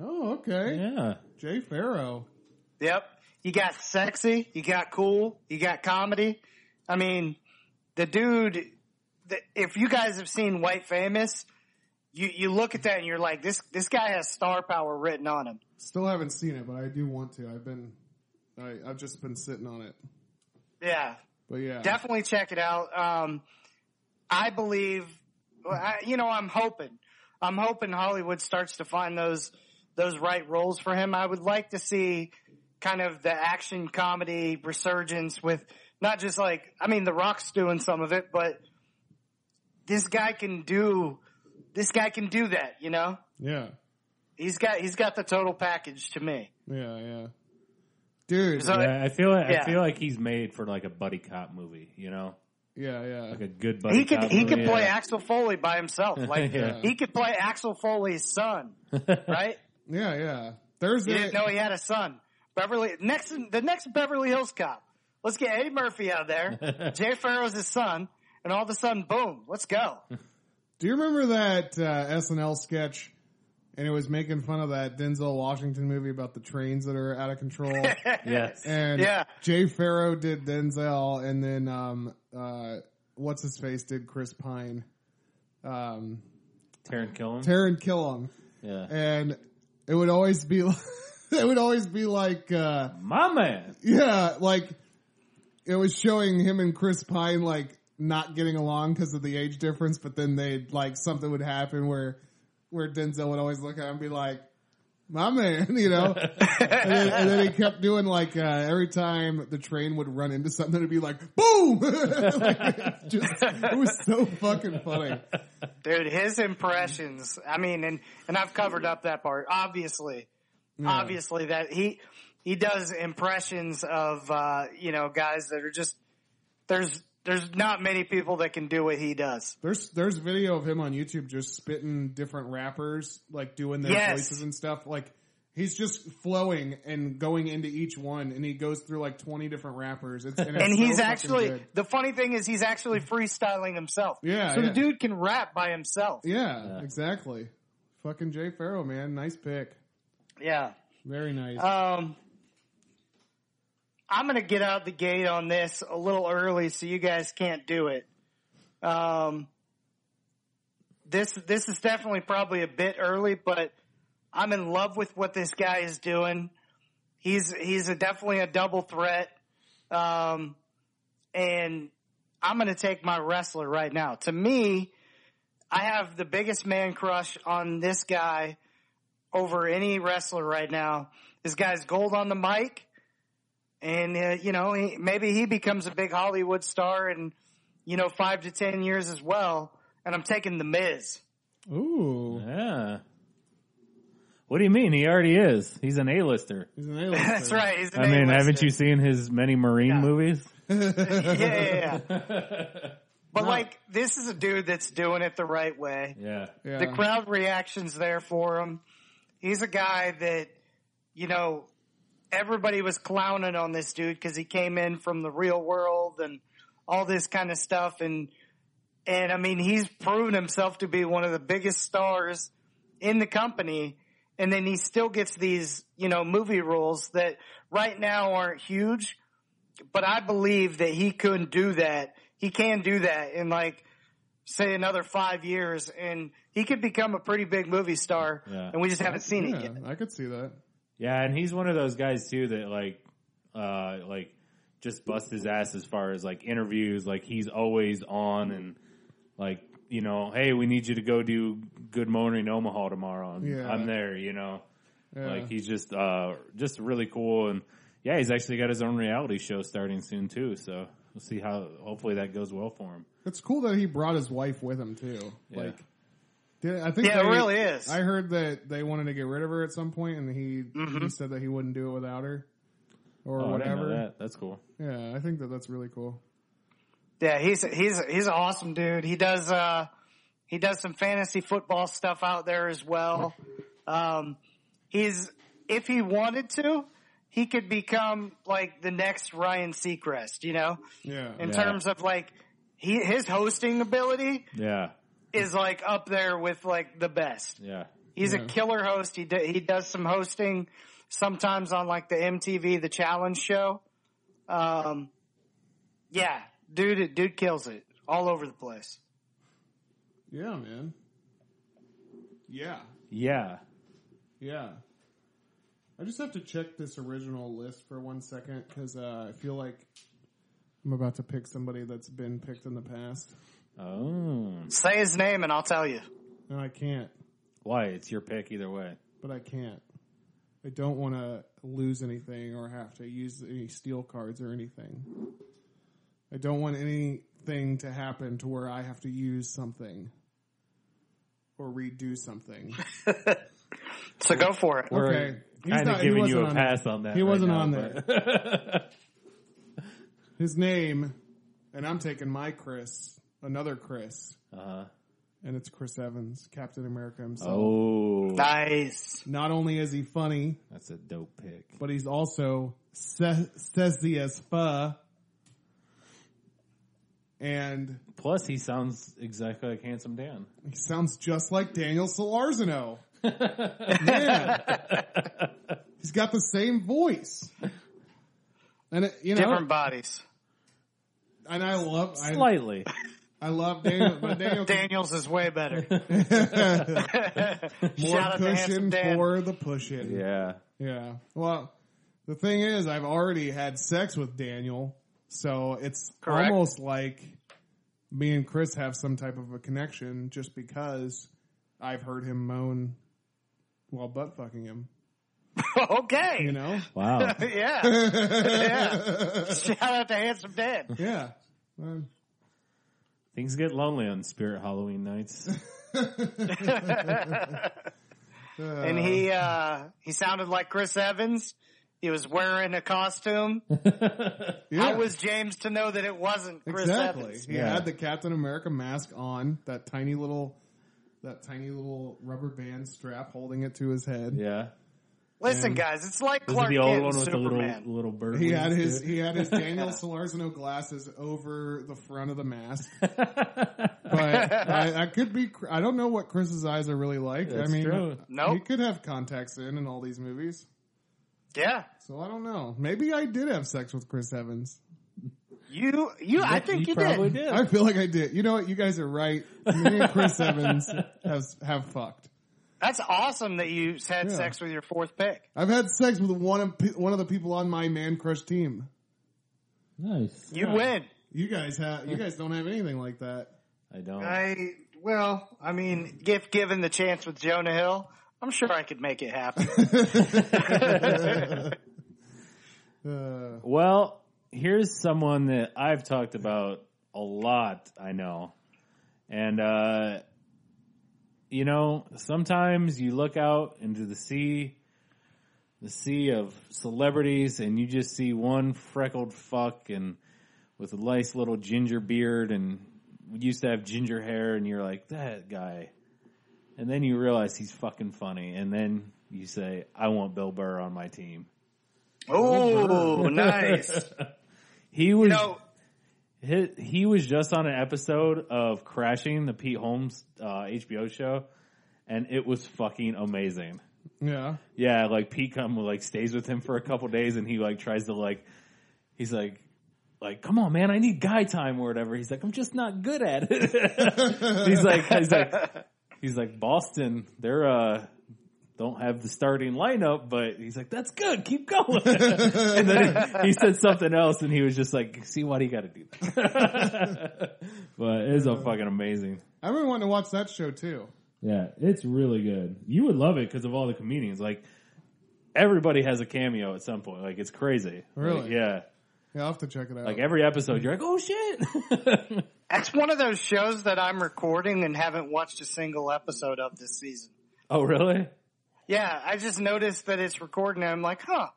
Oh, okay. Yeah. Jay Farrow. Yep. You got sexy, you got cool, you got comedy. I mean, the dude, the, if you guys have seen White Famous, you, you look at that and you're like, this, this guy has star power written on him. Still haven't seen it, but I do want to. I've been, I, I've just been sitting on it. Yeah. But yeah, Definitely check it out. Um, I believe, well, I, you know, I'm hoping, I'm hoping Hollywood starts to find those, those right roles for him. I would like to see kind of the action comedy resurgence with not just like, I mean, The Rock's doing some of it, but this guy can do, this guy can do that, you know? yeah, He's got, he's got the total package to me. yeah, yeah. Dude, So- Yeah, I feel like I Yeah. feel like he's made for like a buddy cop movie, you know, yeah, yeah. like a good buddy. He could, cop he movie. could play Yeah. Axel Foley by himself. Like, Yeah. he could play Axel Foley's son, right? Yeah, yeah. You Thursday. didn't know he had a son. Beverly next the next Beverly Hills cop. Let's get Eddie Murphy out of there. Jay Farrow's his son, and all of a sudden, boom, let's go. Do you remember that uh, SNL sketch? And it was making fun of that Denzel Washington movie about the trains that are out of control. Yes. and Yeah. Jay Farrow did Denzel, and then um, uh, what's his face did Chris Pine, um, Taron Killam. Taron Killam, yeah. eh. and it would always be like, it would always be like. Uh, My man. Yeah, like it was showing him and Chris Pine like not getting along because of the age difference, but then they like something would happen where where Denzel would always look at him and be like, "My man," you know. and, then, and then he kept doing like uh, every time the train would run into something, it'd be like, "Boom!" Like, it's just it was so fucking funny. Dude, his impressions. I mean, and and I've covered up that part. Obviously, obviously that he he does impressions of uh, you know guys that are just there's there's not many people that can do what he does. There's there's video of him on YouTube just spitting different rappers, like doing their Yes. voices and stuff. Like he's just flowing and going into each one, and he goes through like twenty different rappers. It's, and, it's And so he's fucking actually good. the funny thing is he's actually freestyling himself. Yeah, So yeah. the dude can rap by himself. yeah, exactly. Fucking Jay Farrow, man, nice pick, Yeah. very nice. Um, I'm going to get out the gate on this a little early so you guys can't do it. Um, this this is definitely probably a bit early, but I'm in love with what this guy is doing. He's he's a, definitely a double threat, um, and I'm going to take my wrestler right now. To me, I have the biggest man crush on this guy over any wrestler right now. This guy's gold on the mic, and uh, you know he, maybe he becomes a big Hollywood star in you know five to ten years as well. And I'm taking the Miz. Ooh, Yeah. What do you mean? He already is. He's an A-lister. he's an alien. That's right. He's an I mean, A-lister. haven't you seen his many Marine Yeah. movies? yeah, yeah, yeah. But like, this is a dude that's doing it the right way. Yeah. Yeah. the crowd reaction's there for him. He's a guy that, you know, everybody was clowning on this dude because he came in from the real world and all this kind of stuff. And, and I mean, he's proven himself to be one of the biggest stars in the company. And then he still gets these, you know, movie roles that right now aren't huge, but I believe that he couldn't do that. He can do that in like, say another five years and he could become a pretty big movie star Yeah. and we just haven't seen it yeah, yet. I could see that. Yeah, and he's one of those guys too that like, uh, like just bust his ass as far as like interviews. Like he's always on and like, you know, hey, we need you to go do Good Morning Omaha tomorrow. And Yeah. I'm there, you know. Yeah. Like he's just, uh, just really cool and yeah, he's actually got his own reality show starting soon too. So we'll see how. Hopefully that goes well for him. It's cool that he brought his wife with him too. Yeah. Like, did, I think Yeah, it they- really is. I heard that they wanted to get rid of her at some point, and he Mm-hmm. he said that he wouldn't do it without her or Oh, I didn't know whatever. that. That's cool. Yeah, I think that that's really cool. Yeah, he's he's he's an awesome dude. He does uh he does some fantasy football stuff out there as well. Um he's if he wanted to, he could become like the next Ryan Seacrest, you know? Yeah, In Yeah. terms of like he his hosting ability Yeah, is like up there with like the best. yeah, He's Yeah. a killer host. He do, he does some hosting sometimes on like the MTV The Challenge show. Um, yeah, dude, dude kills it all over the place. yeah, man. Yeah, yeah. yeah. I just have to check this original list for one second because uh, I feel like I'm about to pick somebody that's been picked in the past. Oh, Say his name and I'll tell you. No, I can't. why? It's your pick either way. but I can't. I don't want to lose anything or have to use any steel cards or anything. I don't want anything to happen to where I have to use something or redo something. So go for it. We're Okay. He's kind not- of he giving you wasn't a on pass on that. He right wasn't now, on but- His name, and I'm taking my Chris, another Chris, uh-huh. and it's Chris Evans, Captain America himself. Oh, Nice. Not only is he funny, that's a dope pick. but he's also se- sezzy as fuh. And Plus, he sounds exactly like Handsome Dan. he sounds just like Daniel Solarzano. Man, he's got the same voice. And it, you know, Different bodies. and I love, I, Slightly. I love Daniel, but Daniel Daniels is way better. more Shout out to cushion Handsome Dan. for the pushing. yeah. Yeah. Well, the thing is, I've already had sex with Daniel, so it's Correct. almost like me and Chris have some type of a connection just because I've heard him moan while butt fucking him. okay. You know? Wow. Yeah. yeah. Shout out to Handsome Dan. yeah. Um, Things get lonely on Spirit Halloween nights. and he uh he sounded like Chris Evans. He was wearing a costume. yeah, How was James to know that it wasn't Chris exactly. Evans? He Yeah. had the Captain America mask on, that tiny little, that tiny little rubber band strap holding it to his head. Yeah. Listen, guys, it's like Was it Clark the Kent old one and with Superman. the little little bird? He wings, had his dude? he had his Daniel Solarzano glasses over the front of the mask. but I, I could be. I don't know what Chris's eyes are really like. That's I mean, true. he Nope. could have contacts in in all these movies. yeah, So I don't know. Maybe I did have sex with Chris Evans. you, you. I think you, probably did. did. I feel like I did. You know what? You guys are right. Me and Chris Evans have have fucked. That's awesome that you had Yeah. sex with your fourth pick. I've had sex with one of pe- one of the people on my man crush team. Nice. You win. You guys have. You guys don't have anything like that. I don't. I well, I mean, if given the chance with Jonah Hill, I'm sure I could make it happen. Uh, Well, here's someone that I've talked about a lot, I know. And, uh, you know, sometimes you look out into the sea, the sea of celebrities, and you just see one freckled fuck and with a nice little ginger beard and we used to have ginger hair, and you're like, that guy. And then you realize he's fucking funny, and then you say, I want Bill Burr on my team. oh, nice. He was You know, He, he was just on an episode of Crashing, the Pete Holmes uh, HBO show, and it was fucking amazing. yeah. Yeah, like Pete come like stays with him for a couple days, and he like tries to like, he's like, like come on man, I need guy time or whatever. He's like, I'm just not good at it. he's like, he's like, he's like Boston, they're uh. Don't have the starting lineup, but he's like, "That's good, keep going." and then he, he said something else, and he was just like, "See, why do you got to do that?" but it's a fucking amazing. I've been wanting to watch that show too. Yeah, it's really good. You would love it because of all the comedians. Like everybody has a cameo at some point. Like it's crazy. Really? Like, yeah. Yeah, I'll have to check it out. Like every episode, you're like, oh shit. That's one of those shows that I'm recording and haven't watched a single episode of this season. oh really? Yeah, I just noticed that it's recording and I'm like, huh,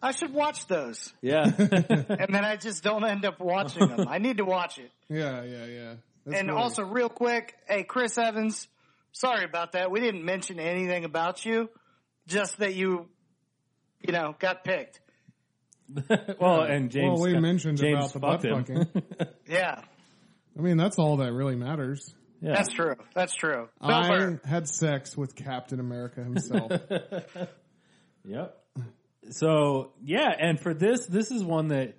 I should watch those. Yeah. And then I just don't end up watching them. I need to watch it. yeah, yeah, yeah. That's and really- also, real quick, hey, Chris Evans, sorry about that. We didn't mention anything about you, just that you, you know, got picked. well, and James. well, we mentioned James about the butt fucked him. fucking. Yeah, I mean, that's all that really matters. Yeah. that's true. That's true. I Bill had sex with Captain America himself. Yep. So yeah, and for this, this is one that,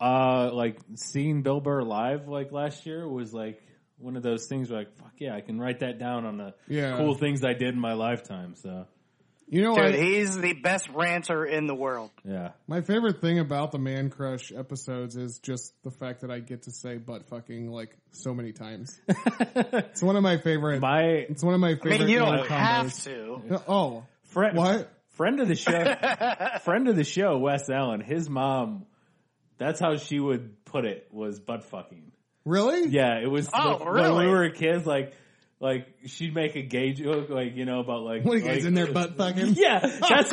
uh, like seeing Bill Burr live like last year was like one of those things where like fuck yeah, I can write that down on the Yeah. cool things I did in my lifetime. So you know Burr. what? Dude, he's the best ranter in the world. yeah, My favorite thing about the Man Crush episodes is just the fact that I get to say butt fucking like so many times. it's one of my favorite. my it's one of my I favorite. mean, you little don't have combos. to. No, oh, friend, what? friend of the show, friend of the show, Wes Allen, his mom. That's how she would put it was butt fucking. Really? Yeah, it was Oh, like, when really? we were kids, like like she'd make a gay joke, like you know about like What are you like- guys in there butt fucking? Yeah, that's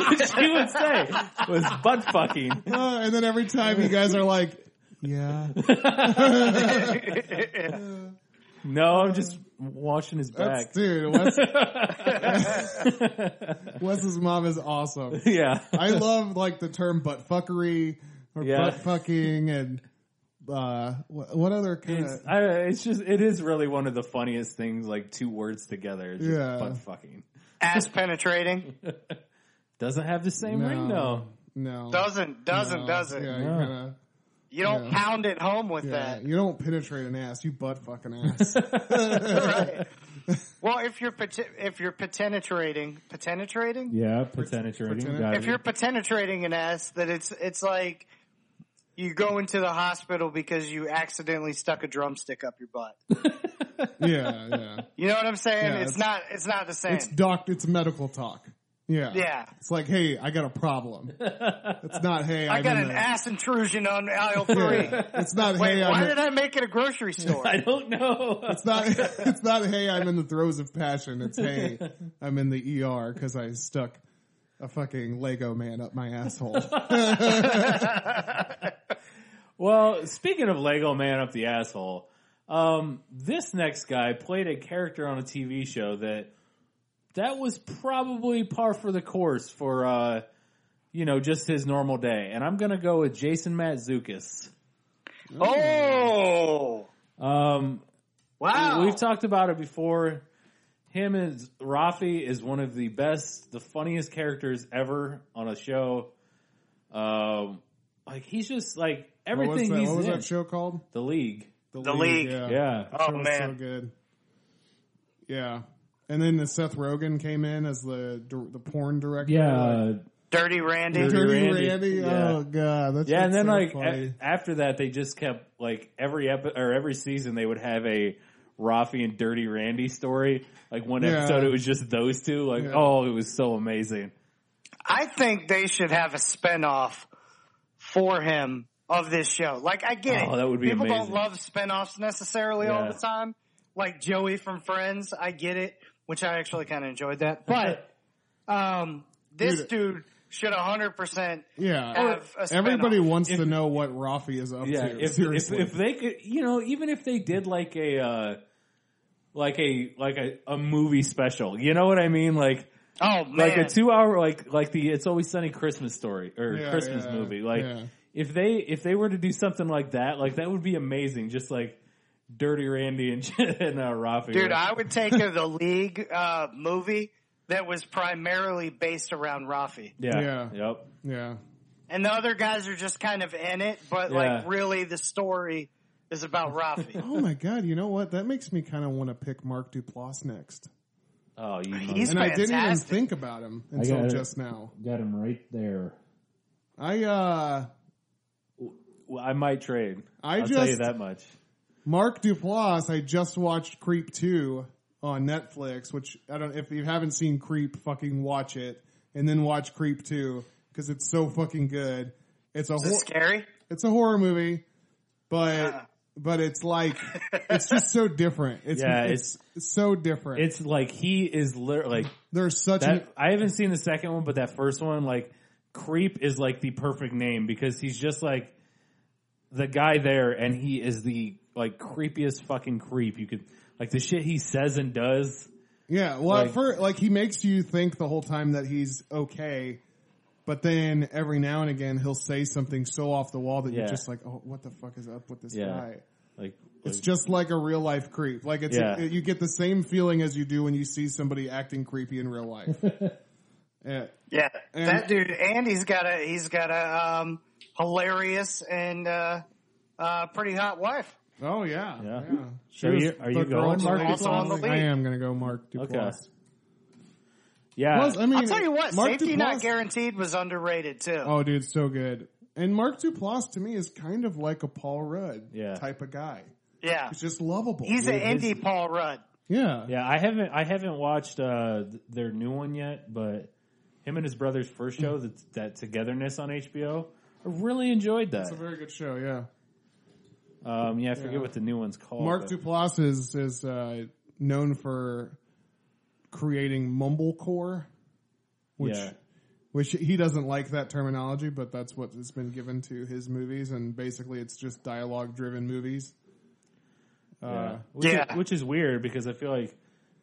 what she would say. Was butt fucking. Uh, and then every time you guys are like, yeah, No, I'm just washing his that's back. dude. Wes, Wes's mom is awesome. yeah. I love like the term butt fuckery or Yeah. butt fucking and uh, what, what other kind It's, of I, it's just it is really one of the funniest things. Like two words together, It's just Yeah. butt fucking Ass penetrating doesn't have the same No. ring though. no doesn't, doesn't, No. doesn't. Yeah, you No. kinda- You don't Yeah. pound it home with yeah, that. you don't penetrate an ass. You butt fucking ass. right. Well, if you're pate- if you're penetrating, penetrating, Yeah, penetrating. Pretend- got if it. you're penetrating an ass, that it's it's like you go into the hospital because you accidentally stuck a drumstick up your butt. yeah, yeah. You know what I'm saying? Yeah, it's, it's- not it's not the same. It's doc. It's medical talk. Yeah, yeah. It's like, hey, I got a problem. It's not, hey, I I'm got in an the- ass intrusion on aisle three. It's not, Wait, hey, why I'm. did I make it a grocery store? I don't know. It's not. It's not. Hey, I'm in the throes of passion. It's hey, I'm in the ER because I stuck a fucking Lego man up my asshole. Well, speaking of Lego Man up the asshole, um, this next guy played a character on a TV show that that was probably par for the course for uh, you know just his normal day. And I'm gonna go with Jason Matzukis. oh, Um, wow! We've talked about it before. Him as Rafi is one of the best, the funniest characters ever on a show. Um, like he's just like what was, everything that, he's what was in. that show called? The League. The League. Yeah. That Oh, show was so man. good. Yeah, and then the Seth Rogen came in as the the porn director. Yeah, like, Dirty Randy. Dirty Dirty Randy. Randy. Yeah. Oh god, that's Yeah, and then so like funny. a- after that, they just kept like every epi- or every season they would have a Rafi and Dirty Randy story. Like one Yeah. episode, it was just those two. Like Yeah. oh, it was so amazing. I think they should have a spinoff for him of this show. Like, I get Oh, it. that would be People amazing. don't love spinoffs necessarily all Yeah. the time. Like Joey from Friends, I get it, which I actually kind of enjoyed that. But um, this Dude. dude should 100%. yeah, have a everybody spin-off. wants to know what Rafi is up Yeah, to. if, if seriously, if they could, you know, even if they did like a uh, like a like a, a movie special, you know what I mean? Like Oh, man. like a two hour like like the It's Always Sunny Christmas story or Yeah, Christmas yeah, movie. Like yeah. if they if they were to do something like that, like that would be amazing. Just like Dirty Randy and and uh, Rafi. Dude, Like, I would take a the League uh, movie that was primarily based around Rafi. yeah, Yeah. yep. yeah, And the other guys are just kind of in it, but Yeah. like really the story is about Rafi. oh my god, you know what? That makes me kind of want to pick Mark Duplass next. Oh, you He's- mother- and I didn't even fantastic. think about him until got it. just now. got him right there. I uh, Well, I might trade. I will tell you just- that much. Mark Duplass, I just watched Creep 2 on Netflix, which I don't if you haven't seen Creep, fucking watch it. and then watch Creep 2 because it's so fucking good. It's a Is it hor- scary? it's a horror movie, but but it's like it's just so different. It's Yeah, it's, so different. It's like he is literally like There's such an that. I haven't seen the second one, but that first one, like creep, is like the perfect name because he's just like the guy there, and he is the like creepiest fucking creep you could. Like the shit he says and does. Yeah, well, at Like- first, like he makes you think the whole time that he's okay, but then every now and again he'll say something so off the wall that you're Yeah. just like, oh, what the fuck is up with this Yeah. guy? Like, It's like- just like a real life creep. Like it's Yeah. you get the same feeling as you do when you see somebody acting creepy in real life. yeah. Yeah, And- that dude, and he's got a he's got a um, hilarious and uh, uh, pretty hot wife. Oh yeah. Yeah. Yeah. So are was you- are the you girl going, Mark Duplass. Also on the lead. I am going to go Mark Duplass. okay. Yeah, Plus, I mean, I'll tell you what, Mark safety not Duplass- guaranteed was underrated too. Oh, dude, so good. And Mark Duplass to me is kind of like a Paul Rudd Yeah. type of guy. yeah, He's just lovable. he's an his- indie Paul Rudd. yeah. Yeah, I haven't I haven't watched uh, th- their new one yet, but him and his brother's first show that that togetherness on HBO, I really enjoyed that. It's a very good show. Yeah. Um, yeah, I forget what the new one's called. Mark but- Duplass is is uh, known for creating mumblecore, which yeah, which he doesn't like that terminology, but that's what has been given to his movies, and basically it's just dialogue driven movies. yeah. Uh, Which, Yeah. Is, which is weird because I feel like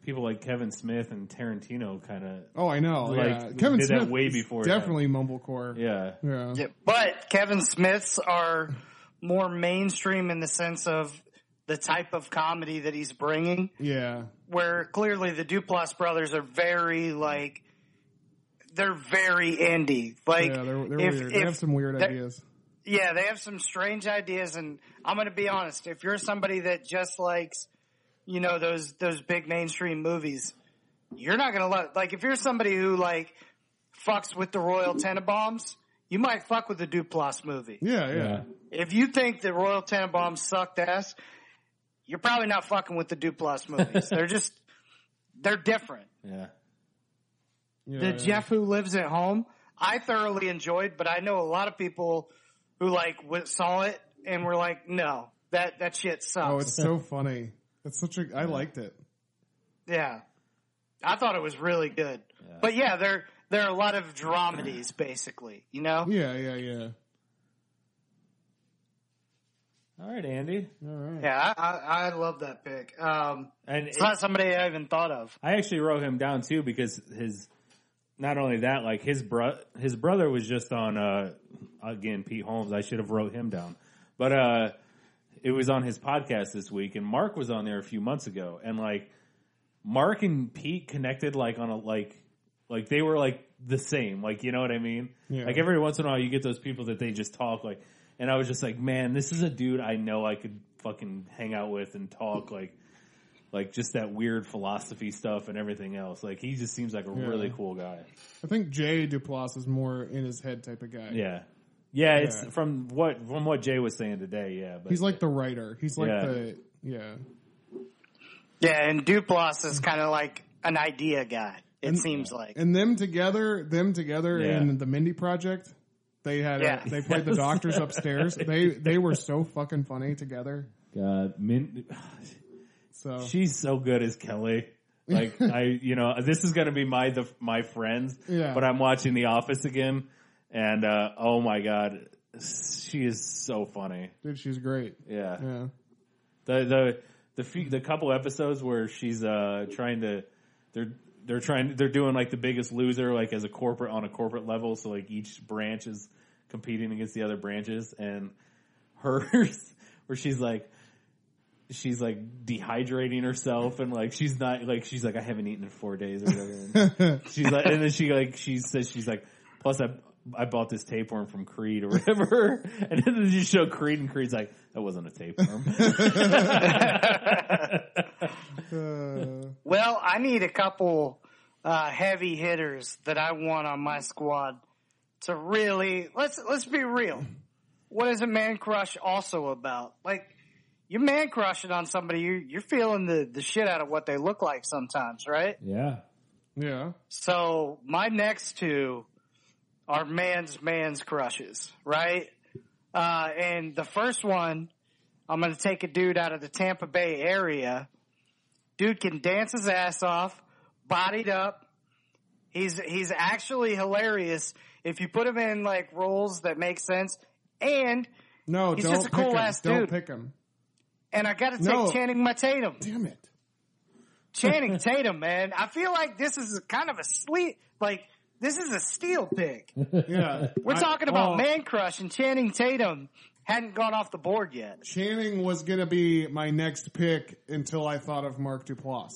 people like Kevin Smith and Tarantino kind of Oh, I know. Like, yeah. we Kevin did that Smith way is before him. definitely mumblecore. yeah Yeah. Yeah, but Kevin Smiths are more mainstream in the sense of the type of comedy that he's bringing. Yeah. Where clearly the Duplass brothers are very like they're very indie. Like yeah, they're, they're if- weird. they if- have some weird they're- ideas. yeah, they have some strange ideas, and I'm going to be honest. If you're somebody that just likes, you know, those those big mainstream movies, you're not going to love. Like, if you're somebody who like fucks with the Royal Tenenbaums, you might fuck with the Duplass movie. Yeah, yeah. Yeah. If you think the Royal Tenenbaums sucked ass, you're probably not fucking with the Duplass movies. they're just they're different. yeah Yeah, The yeah. Jeff who lives at home, I thoroughly enjoyed, but I know a lot of people who like w- saw it and were like, "No, that that shit sucks." Oh, it's so funny. It's such a. I liked it. yeah, I thought it was really good, but yeah, there there are a lot of dramedies, basically. You know, Yeah, yeah, yeah. All right, Andy, All right. yeah, I, I, I love that pick. Um, and it's not somebody I even thought of. I actually wrote him down too because his not only that, like his bro his brother was just on uh again Pete Holmes. I should have wrote him down. But uh it was on his podcast this week and Mark was on there a few months ago and like Mark and Pete connected like on a like like they were like the same, like you know what I mean? Yeah. Like every once in a while you get those people that they just talk like and I was just like, man, this is a dude I know I could fucking hang out with and talk like like just that weird philosophy stuff and everything else. Like he just seems like a Yeah. really cool guy. I think Jay Duplass is more in his head type of guy. Yeah. Yeah, it's Yeah. from what from what Jay was saying today, yeah. But He's like the writer. He's like Yeah. the yeah. Yeah, and Duplass is kind of like an idea guy. It And- seems like. And them together, them together Yeah. in the Mindy Project, they had Yeah. a, they played the doctors upstairs. They they were so fucking funny together. God. Min- So she's so good as Kelly. Like I you know, this is gonna be my the my friends. Yeah. But I'm watching The Office again and uh oh my god. She is so funny. dude, she's great. Yeah. Yeah, The the the few, the couple episodes where she's uh trying to they're they're trying they're doing like the biggest loser like as a corporate on a corporate level so like each branch is competing against the other branches and hers where she's like she's like dehydrating herself and like she's not like she's like I haven't eaten in 4 days or whatever. And she's like and then she like she says she's like plus I I bought this tapeworm from Creed or whatever. And then you show Creed and Creed's like, that wasn't a tapeworm. uh, Well, I need a couple uh, heavy hitters that I want on my squad to really let's let's be real. What is a man crush also about? Like you're man crushing on somebody, you're, you're feeling the, the shit out of what they look like sometimes, right? Yeah. Yeah. So my next two are man's man's crushes, right? Uh, and the first one, I'm going to take a dude out of the Tampa Bay area. Dude can dance his ass off, bodied up. He's he's actually hilarious if you put him in like roles that make sense. And No, He's don't just a pick him. cool-ass Don't dude. pick him. and I got to take No. Channing Tatum. Damn it. Channing Tatum, man. I feel like this is kind of a sleep. Like this is a steal pick. Yeah. We're I- oh. talking about well, man crush, and Channing Tatum hadn't gone off the board yet. Channing was going to be my next pick until I thought of Mark Duplass.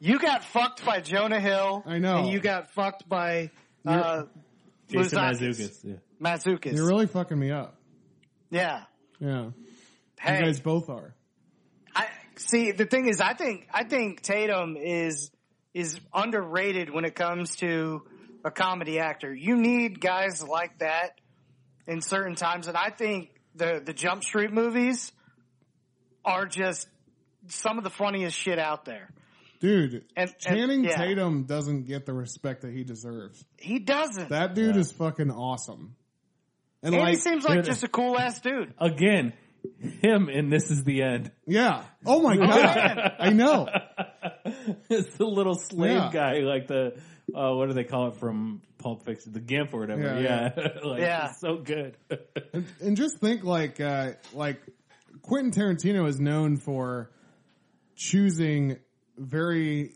You got fucked by Jonah Hill. I know. And you got fucked by uh, Jason Mazzucas. Mazzucas. Yeah. Mazzucas. You're really fucking me up. yeah. Yeah. Hey, You guys both are. I see. The thing is, I think I think Tatum is is underrated when it comes to a comedy actor. You need guys like that in certain times, and I think the the Jump Street movies are just some of the funniest shit out there. Dude, And- and- Channing yeah. Tatum doesn't get the respect that he deserves. He doesn't. That dude is fucking awesome. And and he like, seems like dude- just a cool ass dude. Again, him and this is the end. yeah. Oh my god, I know. it's the little slave Yeah. guy, like the uh, what do they call it from Pulp Fiction, the GIMP or whatever. Yeah, Yeah, like, Yeah. it's so good. And just think like, uh, like Quentin Tarantino is known for choosing very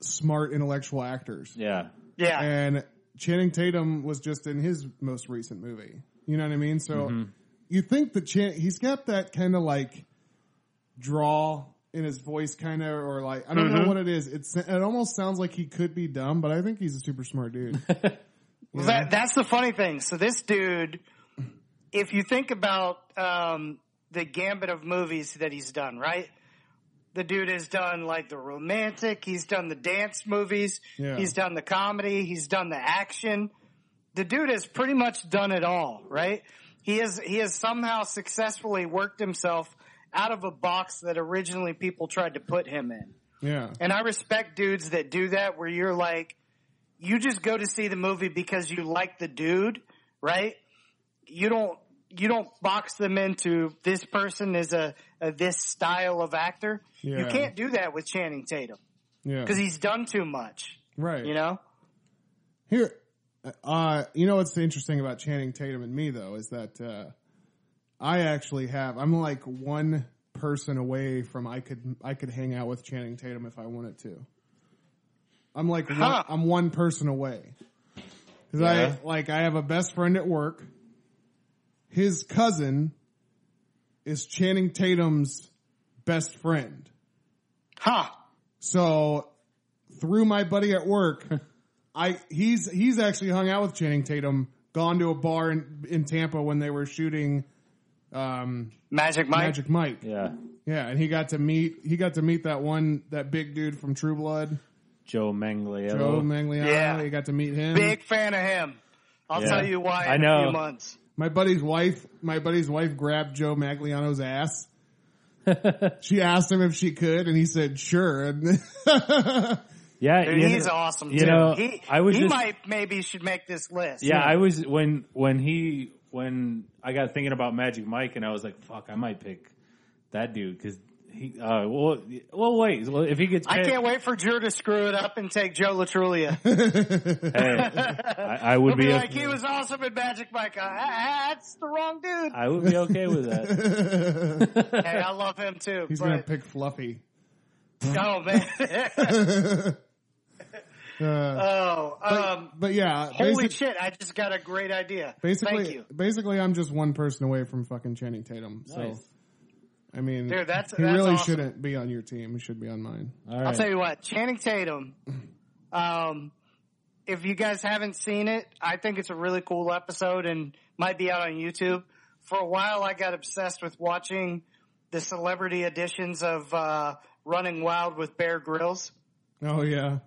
smart intellectual actors, yeah, Yeah. and Channing Tatum was just in his most recent movie. You know what I mean? So you think that Chan- he's got that kind of like draw in his voice, kind of, or like I don't know what it is. It's it almost sounds like he could be dumb, but I think he's a super smart dude. Well, that, that's the funny thing. So this dude, if you think about um, the gambit of movies that he's done, right? The dude has done like the romantic. He's done the dance movies. Yeah. He's done the comedy. He's done the action. The dude has pretty much done it all, right? He has he has somehow successfully worked himself out of a box that originally people tried to put him in. yeah, And I respect dudes that do that where you're like, you just go to see the movie because you like the dude, right? You don't, you don't box them into this person is a, a this style of actor. You Yeah. can't do that with Channing Tatum yeah, because he's done too much, right. you know? Here, uh, you know what's interesting about Channing Tatum and me though is that uh, I actually have I'm like one person away from I could I could hang out with Channing Tatum if I wanted to. I'm like Huh. one, I'm one person away because Yeah. I like I have a best friend at work. His cousin is Channing Tatum's best friend. Huh. So through my buddy at work, I he's he's actually hung out with Channing Tatum, gone to a bar in, in Tampa when they were shooting um, Magic Mike. Magic Mike. Yeah. yeah. and he got to meet he got to meet that one that big dude from True Blood, Joe Manganiello. Joe Manganiello. Yeah. He got to meet him. Big fan of him. I'll Yeah. tell you why in I a know. few months. My buddy's wife, my buddy's wife grabbed Joe Magliano's ass. she asked him if she could, and he said sure. And yeah, Dude, you he's know- awesome. You too. know, he, I was he just, might maybe should make this list. Yeah, I was when when he when I got thinking about Magic Mike, and I was like, "Fuck, I might pick that dude because he." Uh, well, well, wait. Well, if he gets, I picked, can't wait for Drew to screw it up and take Joe Latrulia. hey, I, I would He'll be. be o- like, he was awesome at Magic Mike. Uh, ah, that's the wrong dude. I would be okay with that. hey, I love him too. he's gonna but, pick Fluffy. oh man. oh, um, Uh, But yeah, holy basic- shit! I just got a great idea. Basically, Thank you, basically, I'm just one person away from fucking Channing Tatum. So, Nice. I mean, Dude, that's- he that's really awesome. shouldn't be on your team. He should be on mine. All right. I'll tell you what, Channing Tatum. Um, if you guys haven't seen it, I think it's a really cool episode and might be out on YouTube. For a while, I got obsessed with watching the celebrity editions of uh, Running Wild with Bear Grylls. Oh yeah,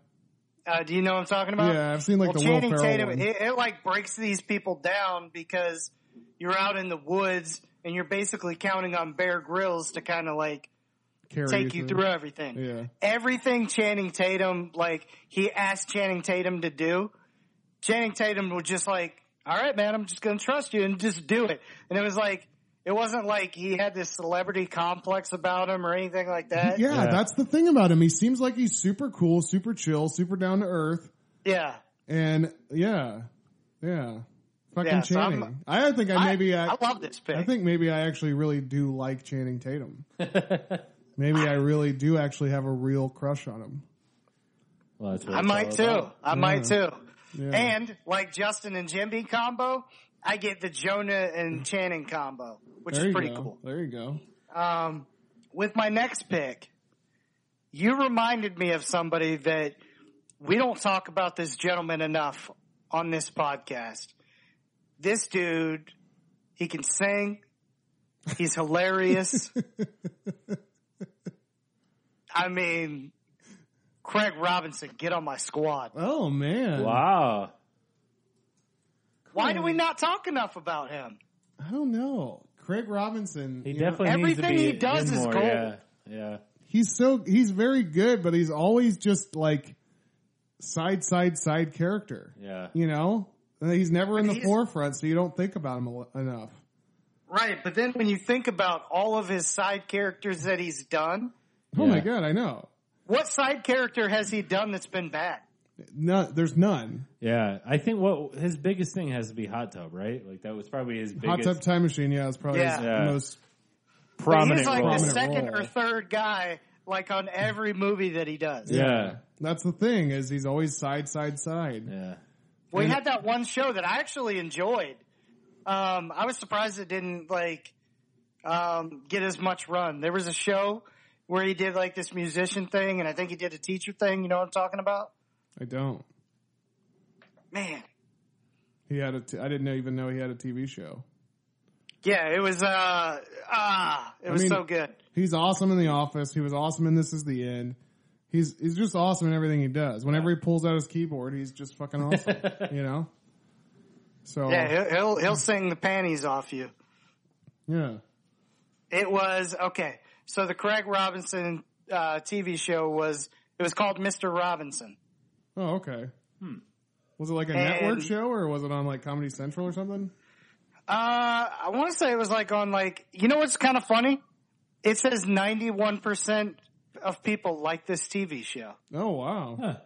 Uh, do you know what I'm talking about? Yeah, I've seen, well, like, the Will Channing Ferrell Tatum. one. It, it like breaks these people down because you're out in the woods and you're basically counting on Bear Grylls to kind of like Carry take you through everything. Yeah. Everything Channing Tatum, like he asked Channing Tatum to do, Channing Tatum was just like, "All right, man, I'm just gonna trust you and just do it." And it was like, it wasn't like he had this celebrity complex about him or anything like that. Yeah, that's the thing about him. He seems like he's super cool, super chill, super down to earth, Yeah. and yeah, yeah, fucking Yeah, so I'm- Channing. I think I maybe I, I, I love this pick. I think maybe I actually really do like Channing Tatum. maybe I really do actually have a real crush on him. Well, that's what I it's might all too. about. I might too. Yeah. And like Justin and Jimby combo, I get the Jonah and Channing combo, which There is you pretty go. cool. There you go. Um, with my next pick, you reminded me of somebody that we don't talk about this gentleman enough on this podcast. This dude, he can sing. He's hilarious. I mean, Craig Robinson, get on my squad. Oh man, Wow. Why Hmm. do we not talk enough about him? I don't know. Craig Robinson, He you know, definitely everything needs to be he does in is more, gold. Yeah. Yeah. he's so he's very good, but he's always just like side side side character. Yeah. You know, he's never in the He's- forefront, so you don't think about him al- enough. Right, but then when you think about all of his side characters that he's done, Oh my Yeah. god, I know. what side character has he done that's been bad? No, there's none. Yeah. I think what his biggest thing has to be hot tub, right? Like that was probably his Hot biggest. Tub Time Machine, yeah, it's probably Yeah. his Yeah. most. But prominent he's like role. the Prominent second role. or third guy, like on every movie that he does. Yeah. That's the thing is he's always side side side. Yeah. We had that one show that I actually enjoyed. Um, I was surprised it didn't like um, get as much run. There was a show where he did like this musician thing, and I think he did a teacher thing. You know what I'm talking about? I don't. Man, He had a. T- I didn't even know he had a TV show. yeah, it was uh, ah, it was mean- so good. He's awesome in The Office. He was awesome in This Is the End. He's he's just awesome in everything he does. Whenever he pulls out his keyboard, he's just fucking awesome. you know. So Yeah, he'll, he'll he'll sing the panties off you. yeah. It was okay. So the Craig Robinson uh, TV show was it was called Mr. Robinson. Oh, okay. Was it like a And- network show or was it on like Comedy Central or something? Uh, I want to say it was like on like you know what's kind of funny? It says ninety one percent of people like this TV show, Oh, wow. Huh.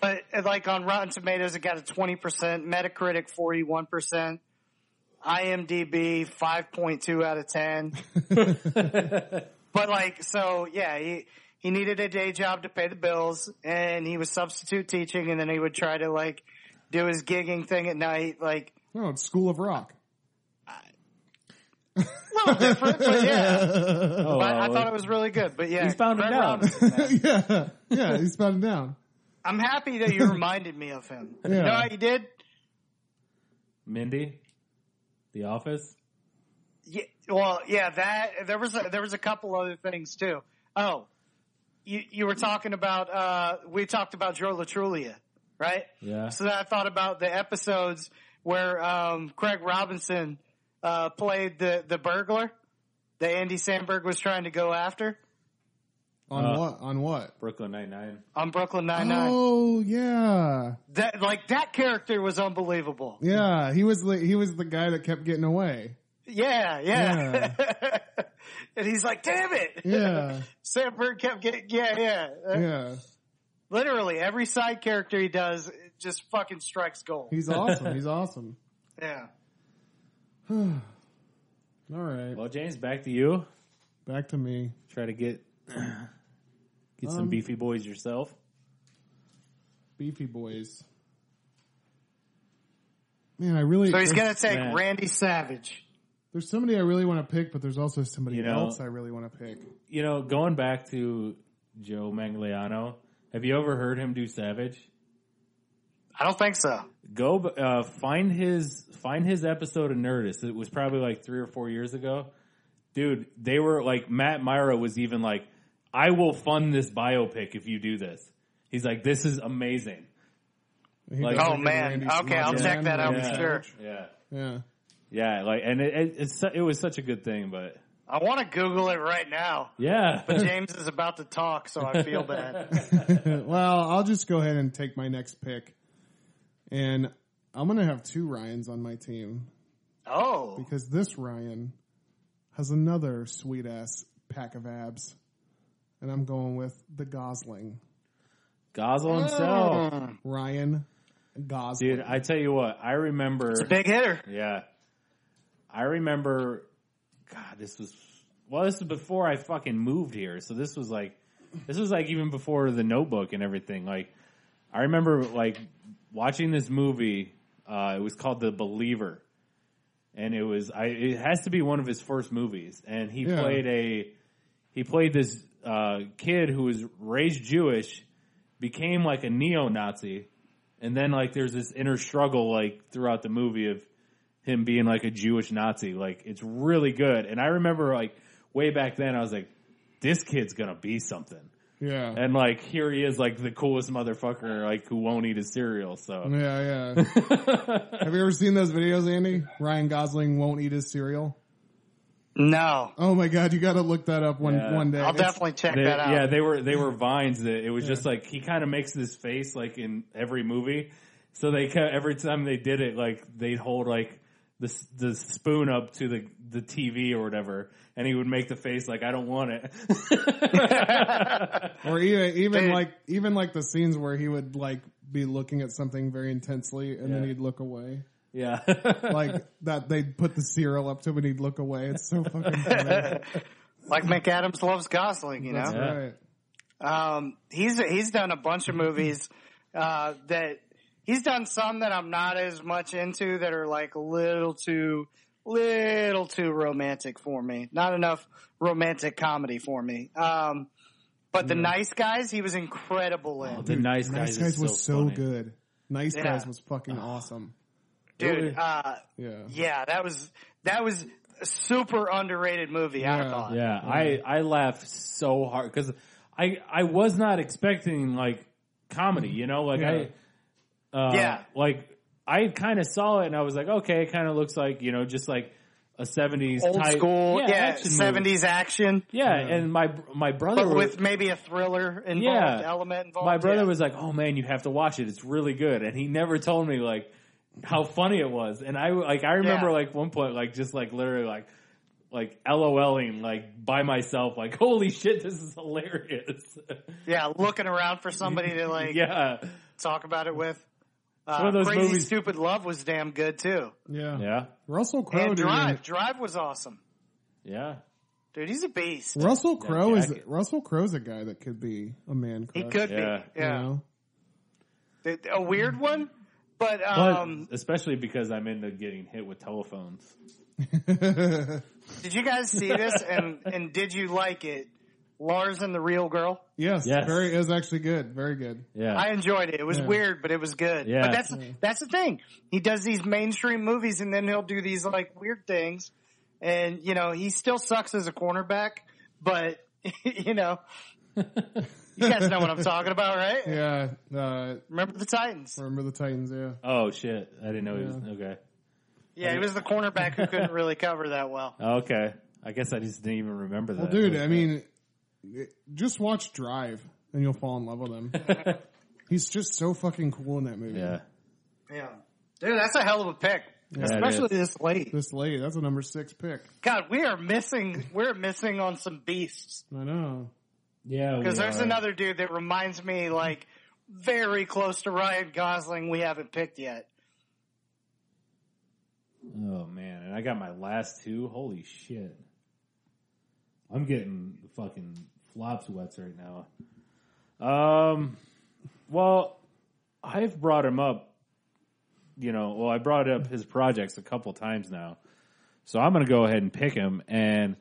but uh, like on Rotten Tomatoes, it got a twenty percent, Metacritic forty one percent, IMDb five point two out of ten. but like, so yeah, he he needed a day job to pay the bills, and he was substitute teaching, and then he would try to like do his gigging thing at night, like Oh, it's School of Rock. a little different, but yeah. Oh, But I well, thought it was really good. But yeah, He's bound him Craig down. Robinson, man. yeah. Yeah, he's spouting down. I'm happy that you reminded me of him. You Yeah. know how you did? Mindy, The Office. Yeah, well, yeah. That there was a, there was a couple other things too. Oh, you you were talking about uh, we talked about Joe Latrulia, right? Yeah. So then I thought about the episodes where um, Craig Robinson uh, played the the burglar that Andy Sandberg was trying to go after On Uh, what? On what? Brooklyn Nine Nine. on Brooklyn Nine Nine. Oh, yeah. That like that character was unbelievable. Yeah, he was the, he was the guy that kept getting away. Yeah, yeah. and he's like, damn it. Yeah. Sandberg kept getting, yeah, yeah. Uh, Yeah. Literally every side character he does it just fucking strikes gold. He's awesome. He's awesome. Yeah. All right. Well, James, back to you. Back to me. Try to get get some beefy boys yourself. Beefy Boys. Man, I really So he's there's, going to take Yeah. Randy Savage. there's somebody I really want to pick, but there's also somebody You know- else I really want to pick. You know, going back to Joe Manganiello. Have you ever heard him do Savage? I don't think so. Go uh, find his find his episode of Nerdist. It was probably like three or four years ago. Dude, they were like Matt Myra was even like, "I will fund this biopic if you do this." He's like, "This is amazing." He Like- does Oh, it with man. Randy Okay, I'll Savage. check that out Yeah. for sure. Yeah, Yeah. yeah, like, and it, it, it's su- it was such a good thing, but I want to Google it right now. Yeah. But James is about to talk, so I feel bad. well, I'll just go ahead and take my next pick. And I'm going to have two Ryans on my team Oh, because this Ryan has another sweet ass pack of abs. And I'm going with the Gosling. Gosling himself. Mm. Ryan Gosling. Dude, I tell you what, I remember. big hitter. Yeah. I remember, God, this was, well, this was before I fucking moved here. So this was like, this was like even before the notebook and everything. Like, I remember like watching this movie. Uh, it was called The Believer. And it was, I, it has to be one of his first movies. And he Yeah. played a, he played this, uh, kid who was raised Jewish, became like a neo-Nazi. And then like there's this inner struggle like throughout the movie of, him being like a Jewish Nazi. Like it's really good. And I remember like way back then I was like, this kid's gonna be something. yeah. And like here he is, like the coolest motherfucker, like who won't eat his cereal. So Yeah, yeah. Have you ever seen those videos, Andy? Ryan Gosling won't eat his cereal. No, Oh my god, you got to look that up one Yeah. one day. I'll It's- definitely check they, that out. yeah, they were they were vines that it was just like he kind of makes this face like in every movie. So they kept, every time they did it, like they'd hold like the s- the spoon up to the the TV or whatever, and he would make the face like I don't want it. or even even Dude. like even like the scenes where he would like be looking at something very intensely and then Yeah. he'd look away. yeah. Like that they'd put the cereal up to him and he'd look away. It's so fucking funny. like McAdams loves Gosling, you know. That's Yeah. right. Um, he's he's done a bunch of movies uh, that he's done some that I'm not as much into that are like a little too little too romantic for me. Not enough romantic comedy for me. Um, but the nice guys, he was incredible in. the nice guys, Nice is guys was so funny. good. Nice Yeah. guys was fucking awesome. Dude, uh, Yeah. yeah, that was that was a super underrated movie. I Yeah. thought. Yeah, I I laughed so hard because I I was not expecting like comedy, you know, like I uh, Yeah. like I kind of saw it and I was like, okay, it kind of looks like you know just like a seventies Old school, yeah, action movie. seventies action, yeah, and my my brother but was- with maybe a thriller involved, Yeah. element involved. my brother yeah. was like, "Oh man, you have to watch it. It's really good." And he never told me like how funny it was. And I like I remember Yeah. like one point like just like literally like like LOLing like by myself like, "Holy shit, this is hilarious." Yeah, looking around for somebody to like yeah. talk about it with. Uh, one of those Crazy movies- Stupid Love was damn good too. Yeah. Yeah. Russell Oh, Crowe And did Drive, Drive was awesome, Yeah. dude. He's a beast. Russell Crowe is jacket. Russell Crowe's a guy that could be a man He crush. could Yeah. be, yeah. You know? Th- A weird one, but But um, especially because I'm into getting hit with telephones. did you guys see this? And and did you like it? Lars and the Real Girl. Yes, Yes. very. It was actually good. Very good. Yeah. I enjoyed it. It was Yeah. weird, but it was good. Yeah. But that's that's the thing. He does these mainstream movies, and then he'll do these like weird things. And you know, he still sucks as a cornerback, but you know, you guys know what I'm talking about, right? Yeah. Uh, Remember the Titans? remember the Titans? Yeah. oh shit. I didn't know he was okay. Yeah, he was the cornerback who couldn't really cover that well. Okay. I guess I just didn't even remember that. Well, dude, I mean, it- just watch Drive and you'll fall in love with him. He's just so fucking cool in that movie. Yeah. Yeah, dude, that's a hell of a pick, it especially is. this late. This lady, that's a number six pick. God, we are missing. We're missing on some beasts. I know. Yeah. Because we there's are. another dude that reminds me, like, very close to Ryan Gosling we haven't picked yet. Oh man, and I got my last two. Holy shit. I'm getting fucking flops wets right now. Um well, I've brought him up, you know, well I brought up his projects a couple times now. So I'm going to go ahead and pick him and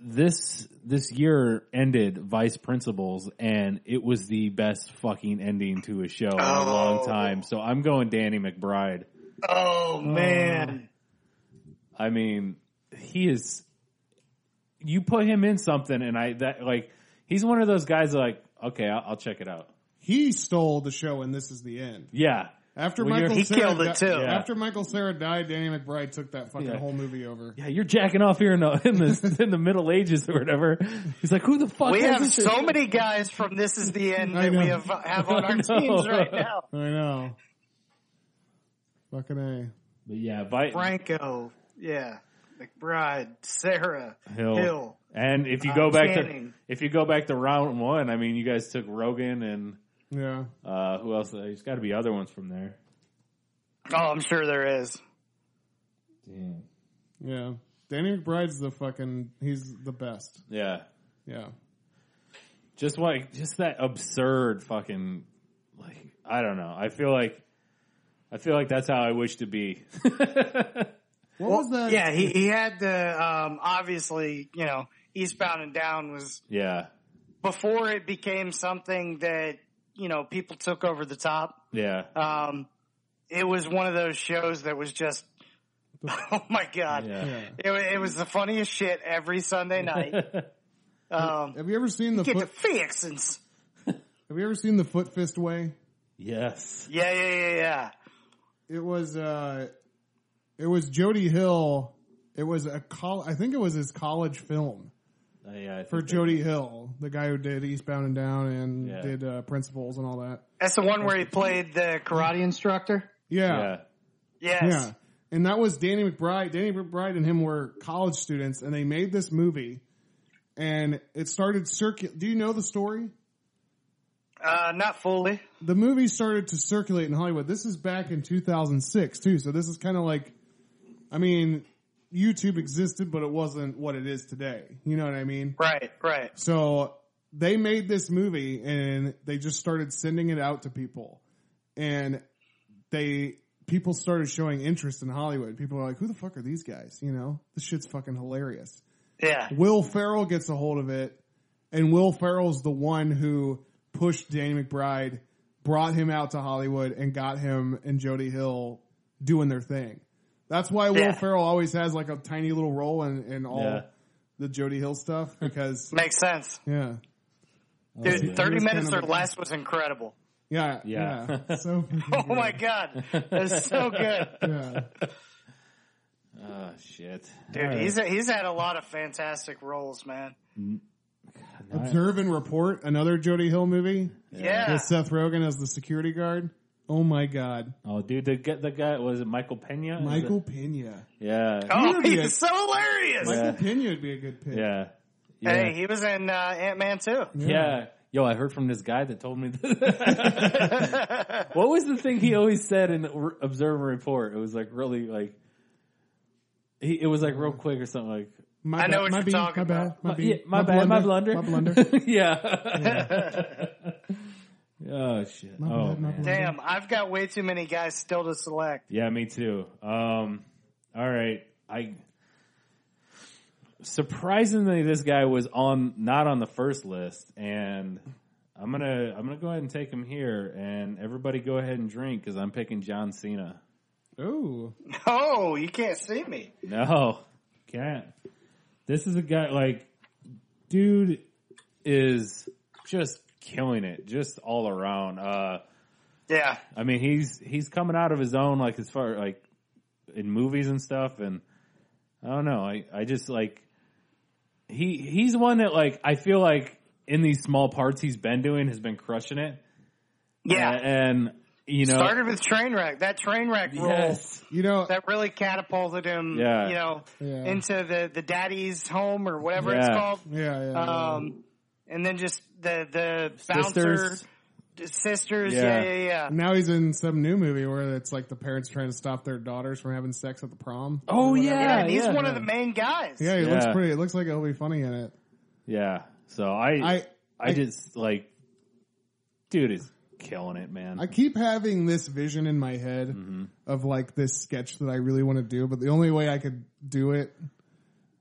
this this year ended Vice Principals and it was the best fucking ending to a show in a long Oh. time. So I'm going Danny McBride. Oh, man. I mean, he is. You put him in something, and I that like he's one of those guys. That like, okay, I'll, I'll check it out. He stole the show and this is the end. Yeah, After Well, you're- Michael He Cera killed it, too. di- Yeah. After Michael Sarah died, Danny McBride took that fucking Yeah. whole movie over. Yeah, you're jacking off here in the in the, in the Middle Ages or whatever. He's like, who the fuck? We has have this shit? so many guys from This Is the End I that we know. have, have on I our know. teams right now. I know. Fucking a. But yeah, Vi- Franco, yeah, McBride, Sarah, Hill. Hill. And if you Uh, go back to Channing. if you go back to round one, I mean, you guys took Rogan and Yeah. uh, who else? There's got to be other ones from there. Oh, I'm sure there is. Damn. Yeah. Danny McBride's the fucking. He's the best. Yeah. Yeah. Just like just that absurd fucking like I don't know. I feel like I feel like that's how I wish to be. What was that? Yeah, he, he had the um, obviously, you know, Eastbound and Down was yeah. before it became something that you know people took over the top. Yeah. Uh, Um, it was one of those shows that was just, oh my god, Yeah. Yeah. it, wa- it was the funniest shit every Sunday night. Um, Have you ever seen the get the foot, fixings. Have you ever seen the Foot Fist Way? Yes. Yeah, yeah, yeah, yeah. It was uh, it was Jody Hill. It was a col- I think it was his college film Uh, yeah. I think for that- Jody Hill, the guy who did Eastbound and Down and Yeah. did uh, Principles and all that. That's the one where he played the karate instructor. Yeah, Yeah. Yes. yeah. And that was Danny McBride. Danny McBride and him were college students, and they made this movie. And it started circulate. Do you know the story? Uh, not fully. the movie started to circulate in Hollywood. This is back in 2006 too, so this is kind of like, I mean, YouTube existed, but it wasn't what it is today. You know what I mean? Right, right. So they made this movie and they just started sending it out to people, and they people started showing interest in Hollywood. People are like, "Who the fuck are these guys?" You know, this shit's fucking hilarious. Yeah. Will Farrell gets a hold of it, and Will Farrell's the one who pushed Danny McBride, brought him out to Hollywood, and got him and Jody Hill doing their thing. That's why Will Yeah. Farrell always has like a tiny little role in, in all Yeah. the Jody Hill stuff because Makes sense. yeah, Dude, yeah. 30 It was minutes kind or of a- less was incredible. yeah, Yeah. yeah, so freaking Oh my God. That's so good. good. yeah. Oh shit. Dude, he's, he's had a lot of fantastic roles, man. Observe and report another Jody Hill movie Yeah. with Seth Rogen as the security guard. Oh my God, Oh, dude, the get the guy was it Michael Pena? Is it- Michael Pena. Yeah. Oh, You're he good. was so hilarious. Michael Pena would be a good pick. Yeah. Yeah. Mm-hmm. Hey, he was in uh, Ant Man too. yeah. Yo, I heard from this guy that told me. what was the thing he always said in R- Observe and Report? It was like really like. He, it was like real quick or something like. My I know bad, what my you're bee, talking my about. Bad, my, bee, yeah, my, bad, my blunder, My blunder. yeah. oh shit. My oh bad, my blunder. man. Damn, I've got way too many guys still to select. Yeah, me too. Um, all right, I surprisingly this guy was on not on the first list, and I'm gonna I'm gonna go ahead and take him here, and everybody go ahead and drink because I'm picking John Cena. Ooh. Oh, you can't see me. No, can't. This is a guy like dude is just killing it, just all around. Uh, Yeah. I mean, he's he's coming out of his own, like as far like in movies and stuff, and I don't know. I I just like he he's one that like I feel like in these small parts he's been doing has been crushing it. Yeah. A- and, you know, Started with Trainwreck. That Trainwreck role. yes, You know, That really catapulted him, Yeah. you know, Yeah. into the, the daddy's home or whatever it's Yeah. Mm-hmm. called. yeah, yeah. yeah. Um, and then just the, the bouncer sisters. sisters. Yeah. Yeah. yeah, yeah, now he's in some new movie where it's like the parents trying to stop their daughters from having sex at the prom. Oh Yeah, yeah, and he's yeah. one of the main guys. Yeah, it looks Yeah. pretty. It looks like it'll be funny in it. yeah. So I I, I- I- just like dude is killing it, man. I keep having this vision in my head of like this sketch that I really want to do, but the only way I could do it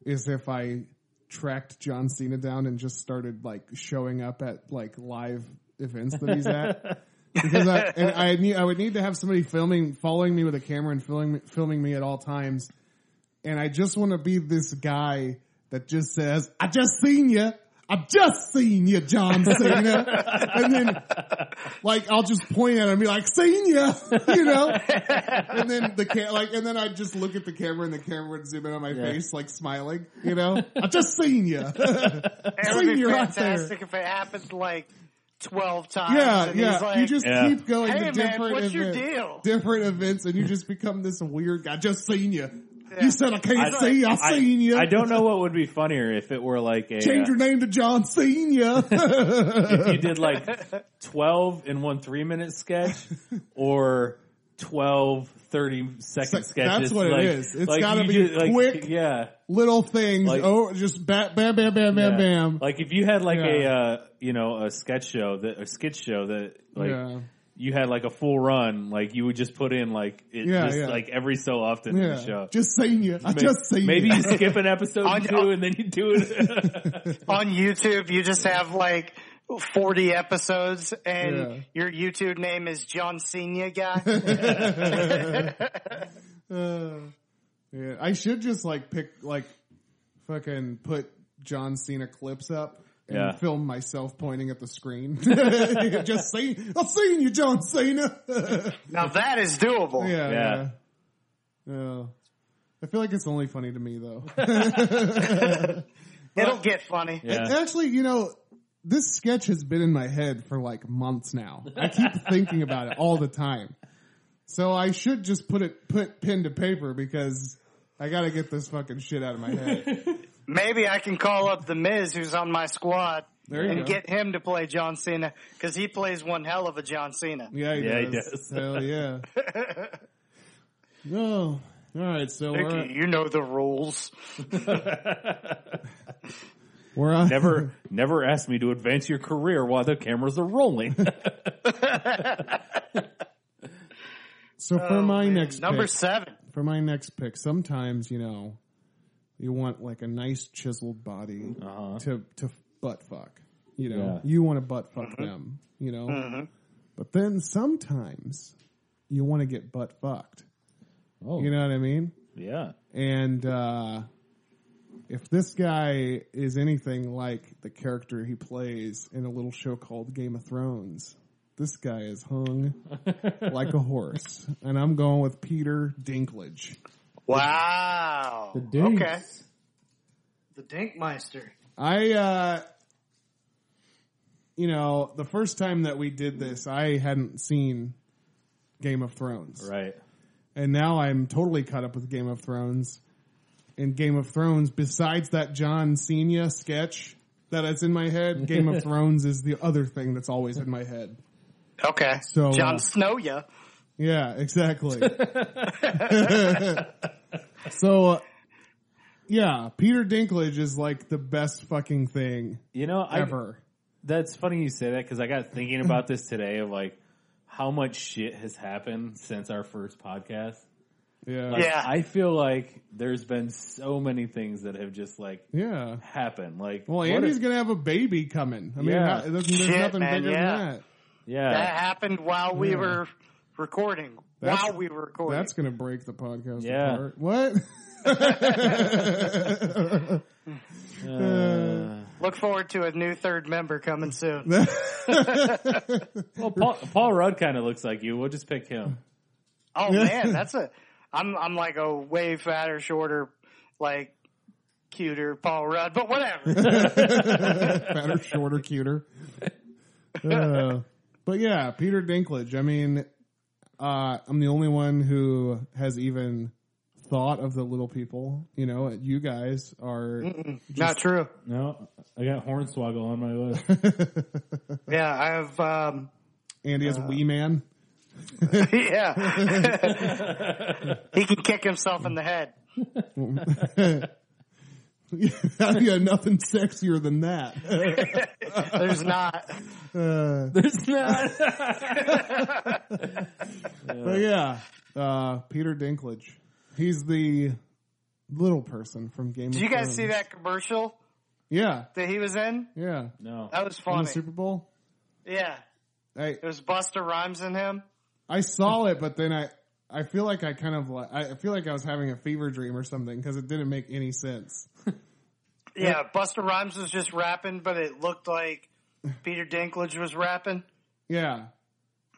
is if I tracked John Cena down and just started like showing up at like live events that he's at. because I, and I need, I would need to have somebody filming, following me with a camera and filming, filming me at all times. And I just want to be this guy that just says, I just seen you. I've just seen you, John Cena. and then, like, I'll just point at him and be like, seen ya, you know? and then the ca- like, and then I'd just look at the camera and the camera would zoom in on my face, like smiling, you know? I've just seen you. It would Seen be you out there. fantastic if it happened like twelve times. Yeah, and yeah. He's like, you just Yeah. keep going Hey, to man, different what's your event- deal? different events, and you just become this weird guy. Just seen you. You said I can't I- see. you. I I, seen you. I don't know what would be funnier if it were like a Change your uh, name to John Senior. if you did like twelve in one three minute sketch or 12 30 second That's sketches. what it like, is. It's like gotta you be did, like, quick, Yeah. Little things. Like- oh, just bam, bam, bam, bam, Yeah. bam, bam. Like if you had like a Yeah. uh, you know a sketch show that a skit show that like yeah, you had like a full run, like you would just put in like it Yeah, just yeah. like every so often in the yeah. show. Just seen you. I May- just seen Maybe you. you skip an episode On- or two and then you do it. on YouTube, you just have like 40 episodes and your YouTube name is John Senior guy. Uh, yeah, I should just like pick like fucking put John Cena clips up and Yeah. film myself pointing at the screen. just saying, I've seen you, John Cena. yeah, now that is doable. yeah. Yeah. I feel like it's only funny to me though. It'll get funny. yeah. Actually, you know, this sketch has been in my head for like months now. I keep thinking about it all the time. So I should just put it put pen to paper because I gotta get this fucking shit out of my head. Maybe I can call up the Miz who's on my squad There you and go. get him to play John Cena because he plays one hell of a John Cena. yeah, he Yeah, he does. does. Hell yeah. no. All right, so we're Mickey, you know the rules. we're on. Never, never ask me to advance your career while the cameras are rolling. So for oh, my Man, next number pick, seven. for my next pick, sometimes you know you want like a nice chiseled body to to butt fuck. You know, Uh-huh. Yeah. you want to butt fuck them. You know, but then sometimes you want to get butt fucked. Oh, You know what I mean? yeah. And uh, if this guy is anything like the character he plays in a little show called Game of Thrones, this guy is hung like a horse. And I'm going with Peter Dinklage. Wow. The Dinks. Okay. The Dinkmeister. I, uh, you know, the first time that we did this, I hadn't seen Game of Thrones. Right. and now I'm totally caught up with Game of Thrones. And Game of Thrones, besides that John Cena sketch that is in my head, Game of Thrones is the other thing that's always in my head. Okay. So, John uh, Snow, ya. Yeah, exactly. so, uh, yeah, Peter Dinklage is like the best fucking thing You know, I, ever. that's funny you say that because I got thinking about this today of like how much shit has happened since our first podcast. Yeah. Like, Yeah. I feel like there's been so many things that have just like Yeah. happened. Like, Well, what Andy's a- gonna have a baby coming. I mean, how- Yeah. there's, there's Shit, nothing man, bigger yeah. than That yeah, happened while we Yeah. were recording. That's- while we were that. recording. That's gonna break the podcast Yeah. apart. What? Uh, Look forward to a new third member coming soon. well, Paul, Paul Rudd kind of looks like you. We'll just pick him. Oh Yeah. man, that's a. I'm I'm like a way fatter, shorter, like cuter Paul Rudd, but whatever. fatter, shorter, cuter. Uh, but yeah, Peter Dinklage. I mean, uh, I'm the only one who has even thought of the little people. You know, you guys are. Not true. No, I got Hornswoggle on my list. Yeah, I have. Um, Andy is wee man. yeah, he can kick himself in the head. yeah, nothing sexier than that. There's not. Uh, There's not. but yeah, uh, Peter Dinklage. He's the little person from Game Did of you guys Thrones. see that commercial Yeah, that he was in? yeah. no. That was In the funny. Super Bowl. Yeah, I, it was Buster Rhymes in him. I saw it, but then I I feel like I kind of like I feel like I was having a fever dream or something because it didn't make any sense. Yeah, Buster Rhymes was just rapping, but it looked like Peter Dinklage was rapping, Yeah,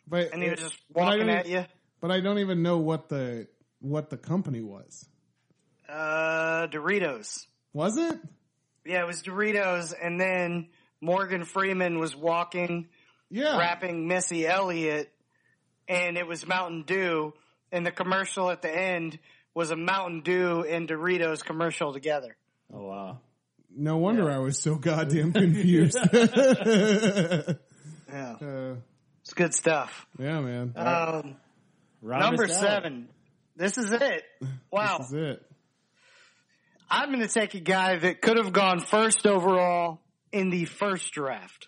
but and he was just but I walking don't- e, at you. But I don't even know what the what the company was. Uh, Doritos. Was it? Yeah, it was Doritos, and then Morgan Freeman was walking, Yeah. rapping Missy Elliott, and it was Mountain Dew, and the commercial at the end was a Mountain Dew and Doritos commercial together. Oh wow. No wonder I was so goddamn confused. Yeah, Uh, it's good stuff. yeah, man. Um, Rob number us out. seven. This is it. Wow. That's it. I'm going to take a guy that could have gone first overall in the first draft.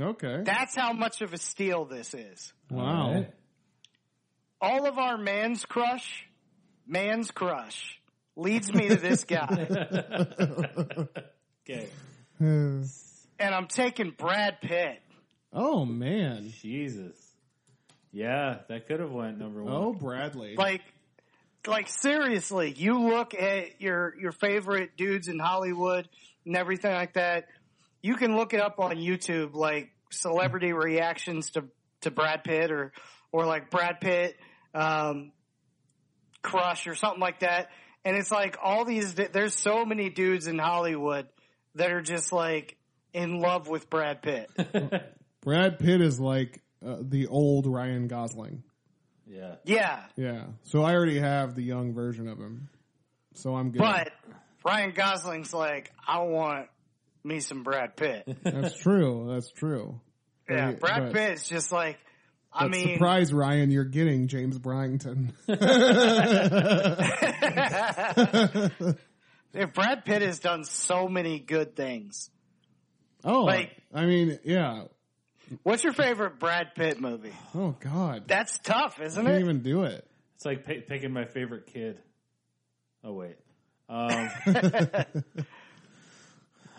Okay. That's how much of a steal this is. wow. Alright. All of our man's crush, man's crush, leads me to this guy. Okay. Uh, and I'm taking Brad Pitt. oh man. Jesus. Yeah, that could have went number one. Oh Bradley. Like, like seriously, you look at your, your favorite dudes in Hollywood and everything like that. You can look it up on YouTube, like celebrity reactions to, to Brad Pitt or, or like Brad Pitt, um, crush or something like that. And it's like all these, there's so many dudes in Hollywood that are just like in love with Brad Pitt. Brad Pitt is like uh, the old Ryan Gosling. Yeah. yeah. Yeah. So I already have the young version of him. So I'm good. But Ryan Gosling's like, I want me some Brad Pitt. that's true. That's true. Yeah, But- Brad but- Pitt's just like, I but mean, surprise, Ryan, you're getting James Bryington. if Brad Pitt has done so many good things. Oh, Like- I mean, yeah. What's your favorite Brad Pitt movie? Oh God, That's tough, isn't can't it? even do it. It's like pick, picking my favorite kid. Oh wait. Um,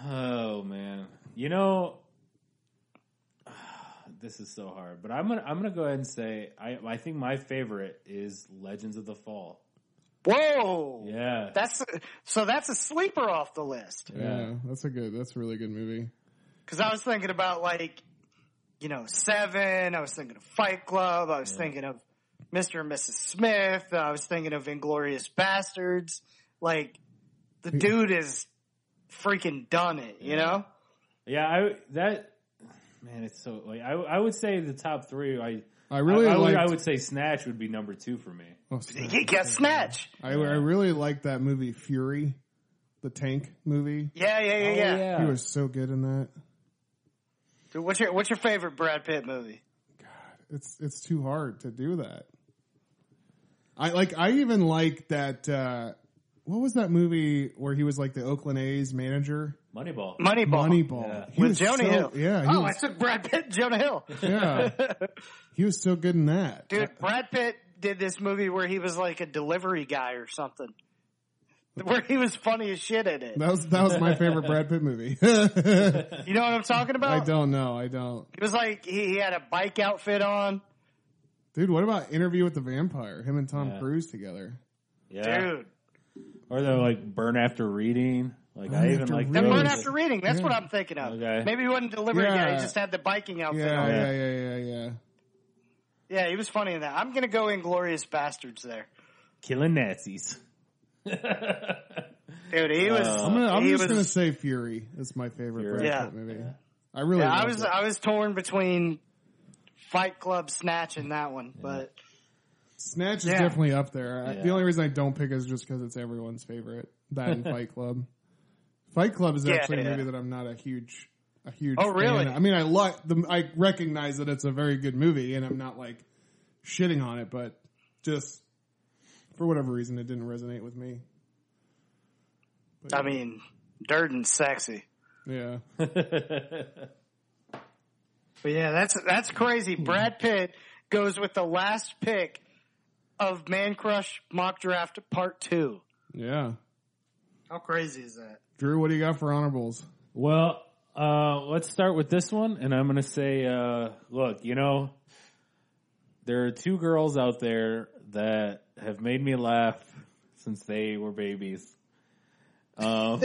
oh man, you know this is so hard, but I'm gonna I'm gonna go ahead and say I I think my favorite is Legends of the Fall. Whoa. Yeah, That's so that's a sleeper off the list. Yeah. that's a good. That's a really good movie. Cause I was thinking about like, you know, Seven. I was thinking of Fight Club. I was thinking of Mr. and Mrs. Smith. I was thinking of Inglorious Bastards. Like, the dude is freaking done it, you know? yeah. I that man, it's so like I I would say the top three. I I really I, I would, liked. I would say Snatch would be number two for me. oh, snap. He got Snatch. I, I really liked that movie Fury, the tank movie. Yeah, yeah, Oh, Oh, yeah, yeah. He was so good in that. Dude, what's your what's your favorite Brad Pitt movie? It's it's too hard to do that. I like. I even like that. uh What was that movie where he was like the Oakland A's manager? Moneyball. Moneyball. Moneyball. Yeah. He With was Jonah so- Hill. Yeah. He Oh, was, I took Brad Pitt and Jonah Hill. yeah. He was so good in that. Dude, Brad Pitt did this movie where he was like a delivery guy or something. Where he was funny as shit in it. That was that was my favorite Brad Pitt movie. You know what I'm talking I about? don't know. I don't. It was like he, he had a bike outfit on. Dude, what about Interview with the Vampire? Him and Tom Yeah. Cruise together. Yeah, Dude. or they're like Burn After Reading. Like Burn I even After like That Really? burn those. after reading, that's what I'm thinking of. Okay. Maybe he wasn't a delivery guy, Yeah. he just had the biking outfit Yeah, on. yeah, yeah, yeah, yeah. Yeah, he was funny in that. I'm gonna go Inglorious Bastards there. killing Nazis. Dude, he was I'm, gonna, I'm Uh, he just was, gonna say Fury is my favorite Fury. Brad Yeah. Pitt movie. I really. Yeah, I loved was it. I was torn between Fight Club, Snatch, and that one, but Snatch is yeah. definitely up there. I, the Yeah. only reason I don't pick is just because it's everyone's favorite. That and Fight Club. Fight Club is Yeah, actually yeah. a movie that I'm not a huge, a huge. Oh, really? fan of. I mean, I like the. I recognize that it's a very good movie, and I'm not like shitting on it, but just for whatever reason, it didn't resonate with me. I mean, Durden's sexy. Yeah. But yeah, that's that's crazy. Brad Pitt goes with the last pick of Man Crush Mock Draft Part Two. Yeah. How crazy is that? Drew, what do you got for honorables? Well, uh, let's start with this one, and I'm going to say, uh, look, you know, there are two girls out there that have made me laugh since they were babies. Um,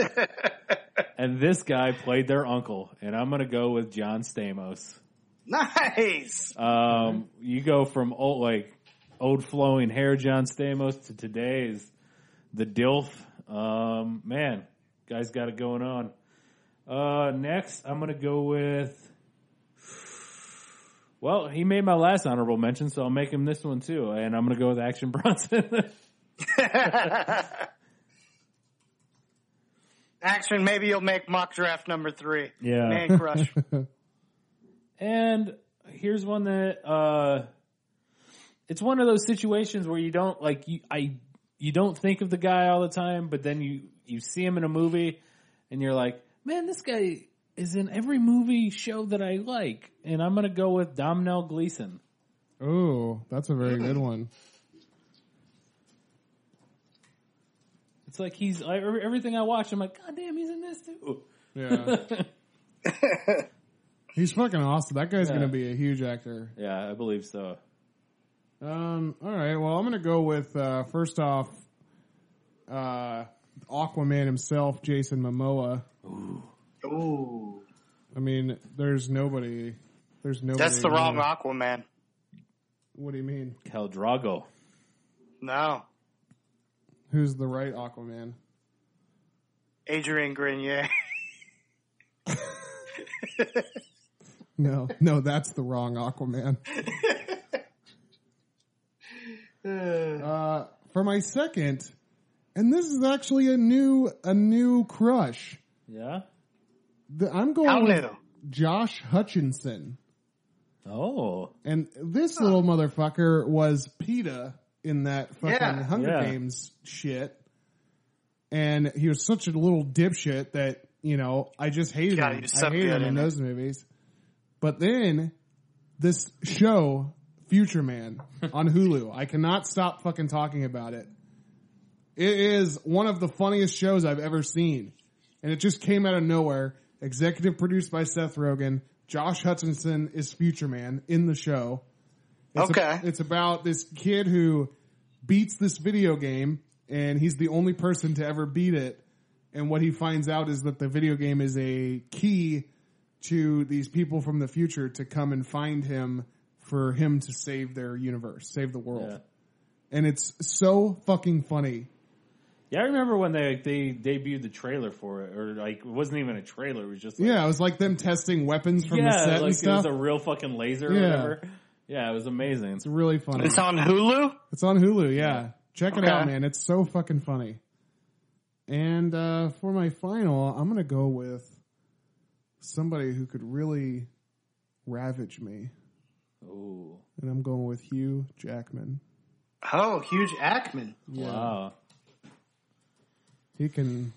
and this guy played their uncle, and I'm going to go with John Stamos. Nice. Um, you go from old, like old flowing hair, John Stamos, to today's the Dilf. Um, man, guy's got it going on. Uh, next, I'm gonna go with. Well, he made my last honorable mention, so I'll make him this one too, and I'm gonna go with Action Bronson. Uh, Action. Maybe you'll make mock draft number three. Yeah. Man crush. And here's one that uh it's one of those situations where you don't like you I you don't think of the guy all the time, but then you you see him in a movie and you're like, "Man, this guy is in every movie show that I like." And I'm going to go with Domhnall Gleeson. Oh, that's a very good one. It's like he's I, every- everything I watch, I'm like, "God damn, he's in this too." Yeah. He's fucking awesome. That guy's gonna be a huge actor. Yeah, I believe so. Um, all right. Well, I'm gonna go with uh, first off, uh, Aquaman himself, Jason Momoa. Ooh. I mean, there's nobody. There's nobody. That's the wrong more- Aquaman. What do you mean? Cal Drago. No. Who's the right Aquaman? Adrian Grenier. No, no, that's the wrong Aquaman. uh, for my second, and this is actually a new a new crush. Yeah. The, I'm going How with little? Josh Hutchinson, Oh. and this little motherfucker was Peta in that fucking Yeah. Hunger Yeah. Games shit. And he was such a little dipshit that you know I just hated God, he him. was I so hated good him in in it. those movies. But then this show, Future Man, on Hulu. I cannot stop fucking talking about it. It is one of the funniest shows I've ever seen. And it just came out of nowhere. Executive produced by Seth Rogen. Josh Hutchinson is Future Man in the show. It's a- Okay. it's about this kid who beats this video game and he's the only person to ever beat it. And what he finds out is that the video game is a key to these people from the future to come and find him for him to save their universe, save the world. Yeah. And it's so fucking funny. Yeah, I remember when they they debuted the trailer for it, or like it wasn't even a trailer; it was just like, Yeah, it was like them testing weapons from the yeah, set like and it was stuff. a real fucking laser Yeah. or whatever. Yeah, it was amazing. It's it's really funny. It's on Hulu? It's on Hulu, yeah. Check it Okay. out, man. It's so fucking funny. And uh, for my final, I'm going to go with somebody who could really ravage me. ooh, And I'm going with Hugh Jackman. Oh, huge Ackman. wow, He can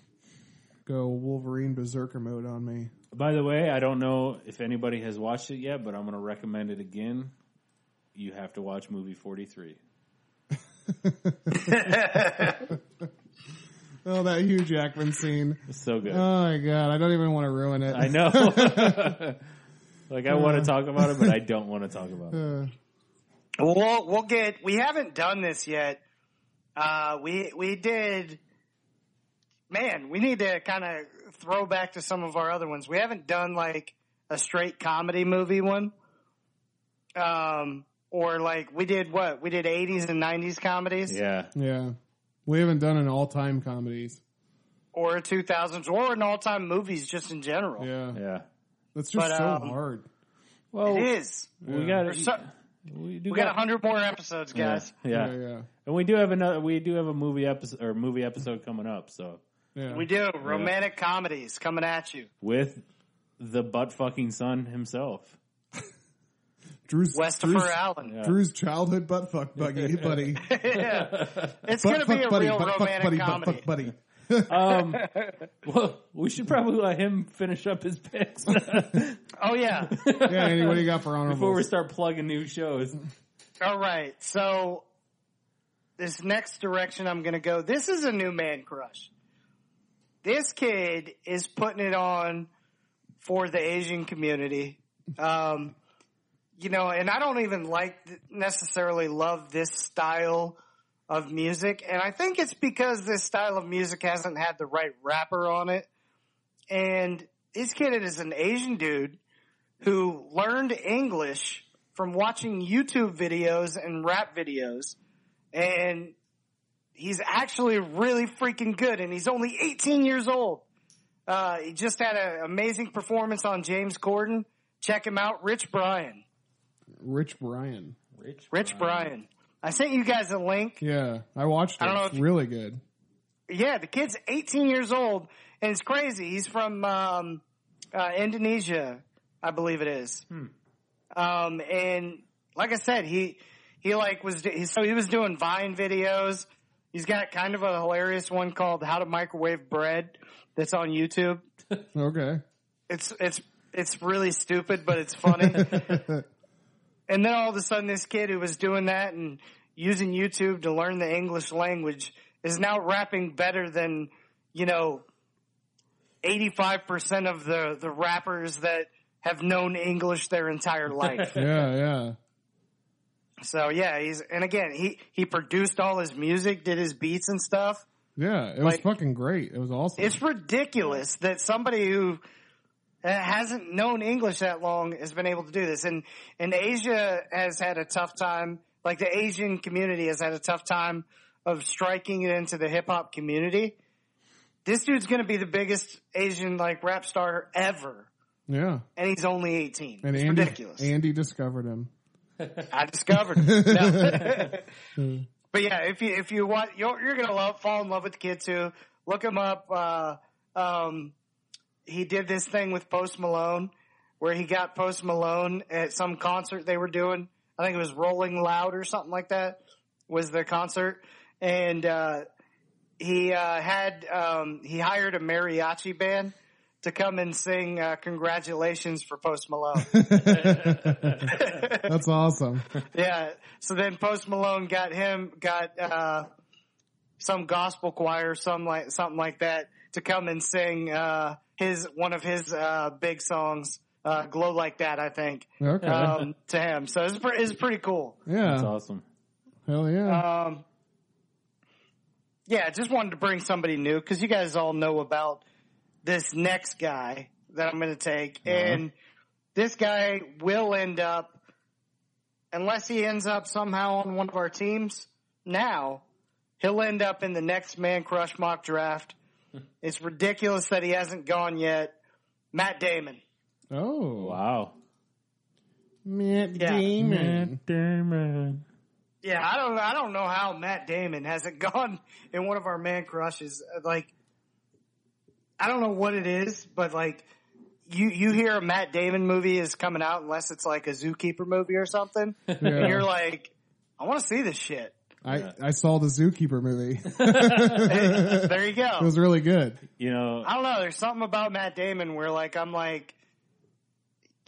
go Wolverine Berserker mode on me. By the way, I don't know if anybody has watched it yet, but I'm going to recommend it again. You have to watch movie 43. Oh, that Hugh Jackman scene. It's so good. Oh my god, I don't even want to ruin it. I know. like I want to talk about it, but I don't want to talk about it. Uh, We'll we'll get. We haven't done this yet. Uh, we we did. Man, we need to kind of throw back to some of our other ones. We haven't done like a straight comedy movie one. Um, or like we did what we did eighties and nineties comedies, Yeah, yeah. We haven't done an all time comedies. or two thousands, or an all time movies just in general. Yeah. yeah. That's just But, so um, hard. Well, It is. we got So, we do we got got- a hundred more episodes, Yeah, guys. yeah. Yeah, yeah. And we do have another. We do have a movie episode or movie episode coming up. So yeah. We do romantic comedies coming at you. with the butt fucking son himself. Drew's, Westifer Drew's- Allen. Drew's childhood butt fuck buggy buddy. It's butt going to be fuck a buddy, real butt fuck romantic buddy, butt comedy. fuck buddy. Um, well, we should probably let him finish up his picks Oh yeah. Yeah, Andy, what do you got for before we honorables? start plugging new shows. All right. So this next direction I'm going to go. This is a new man crush. This kid is putting it on for the Asian community. Um, you know, and I don't even like th- necessarily love this style of music, and I think it's because this style of music hasn't had the right rapper on it. And this kid is an Asian dude who learned English from watching YouTube videos and rap videos, and he's actually really freaking good. And he's only 18 years old. Uh, he just had an amazing performance on James Corden. Check him out, Rich Brian. Rich Brian. Rich, Rich Bryan. I sent you guys a link. Yeah, I watched it. I don't know It's if- really good. Yeah, the kid's 18 years old, and it's crazy. He's from um, uh, Indonesia, I believe it is. Um, and like I said, he he like was he, so he was doing Vine videos. He's got kind of a hilarious one called "How to Microwave Bread" that's on YouTube. Okay. It's it's it's really stupid, but it's funny. and then all of a sudden this kid who was doing that and using YouTube to learn the English language is now rapping better than, you know, 85% of the, the rappers that have known English their entire life. yeah, yeah. so yeah, he's, and again, he, he produced all his music, did his beats and stuff. Yeah, it was Like- fucking great. It was awesome. It's ridiculous that somebody who uh, hasn't known English that long has been able to do this. And and Asia has had a tough time. Like the Asian community has had a tough time of striking it into the hip hop community. This dude's going to be the biggest Asian like rap star ever, yeah. and he's only eighteen. And it's Andy, ridiculous. Andy discovered him. I discovered. it. No. but yeah, if you if you want, you're, you're gonna love fall in love with the kid too. Look him up. Uh, um, he did this thing with Post Malone, where he got Post Malone at some concert they were doing. I think it was Rolling Loud or something like that. Was the concert, and uh, he uh, had um, he hired a mariachi band to come and sing uh, "Congratulations" for Post Malone. That's awesome. Yeah. So then Post Malone got him got uh, some gospel choir, some like something like that, to come and sing uh, his one of his uh, big songs, uh, "Glow Like That," I think, Okay. um, to him. So it's pre- it's pretty cool. That's yeah. awesome. Hell yeah. Um, yeah, just wanted to bring somebody new because you guys all know about this next guy that I'm going to take, and this guy will end up, unless he ends up somehow on one of our teams now, he'll end up in the next Man Crush mock draft. it's ridiculous that he hasn't gone yet. Matt Damon. oh. Wow. Matt Yeah. Damon. Damon. Yeah, I don't I don't know how Matt Damon hasn't gone in one of our man crushes. Like I don't know what it is, but like you you hear a Matt Damon movie is coming out unless it's like a zookeeper movie or something. Yeah. And you're like, I want to see this shit. I, I saw the Zookeeper movie. it there you go. was really good. You know, I don't know, there's something about Matt Damon where like I'm like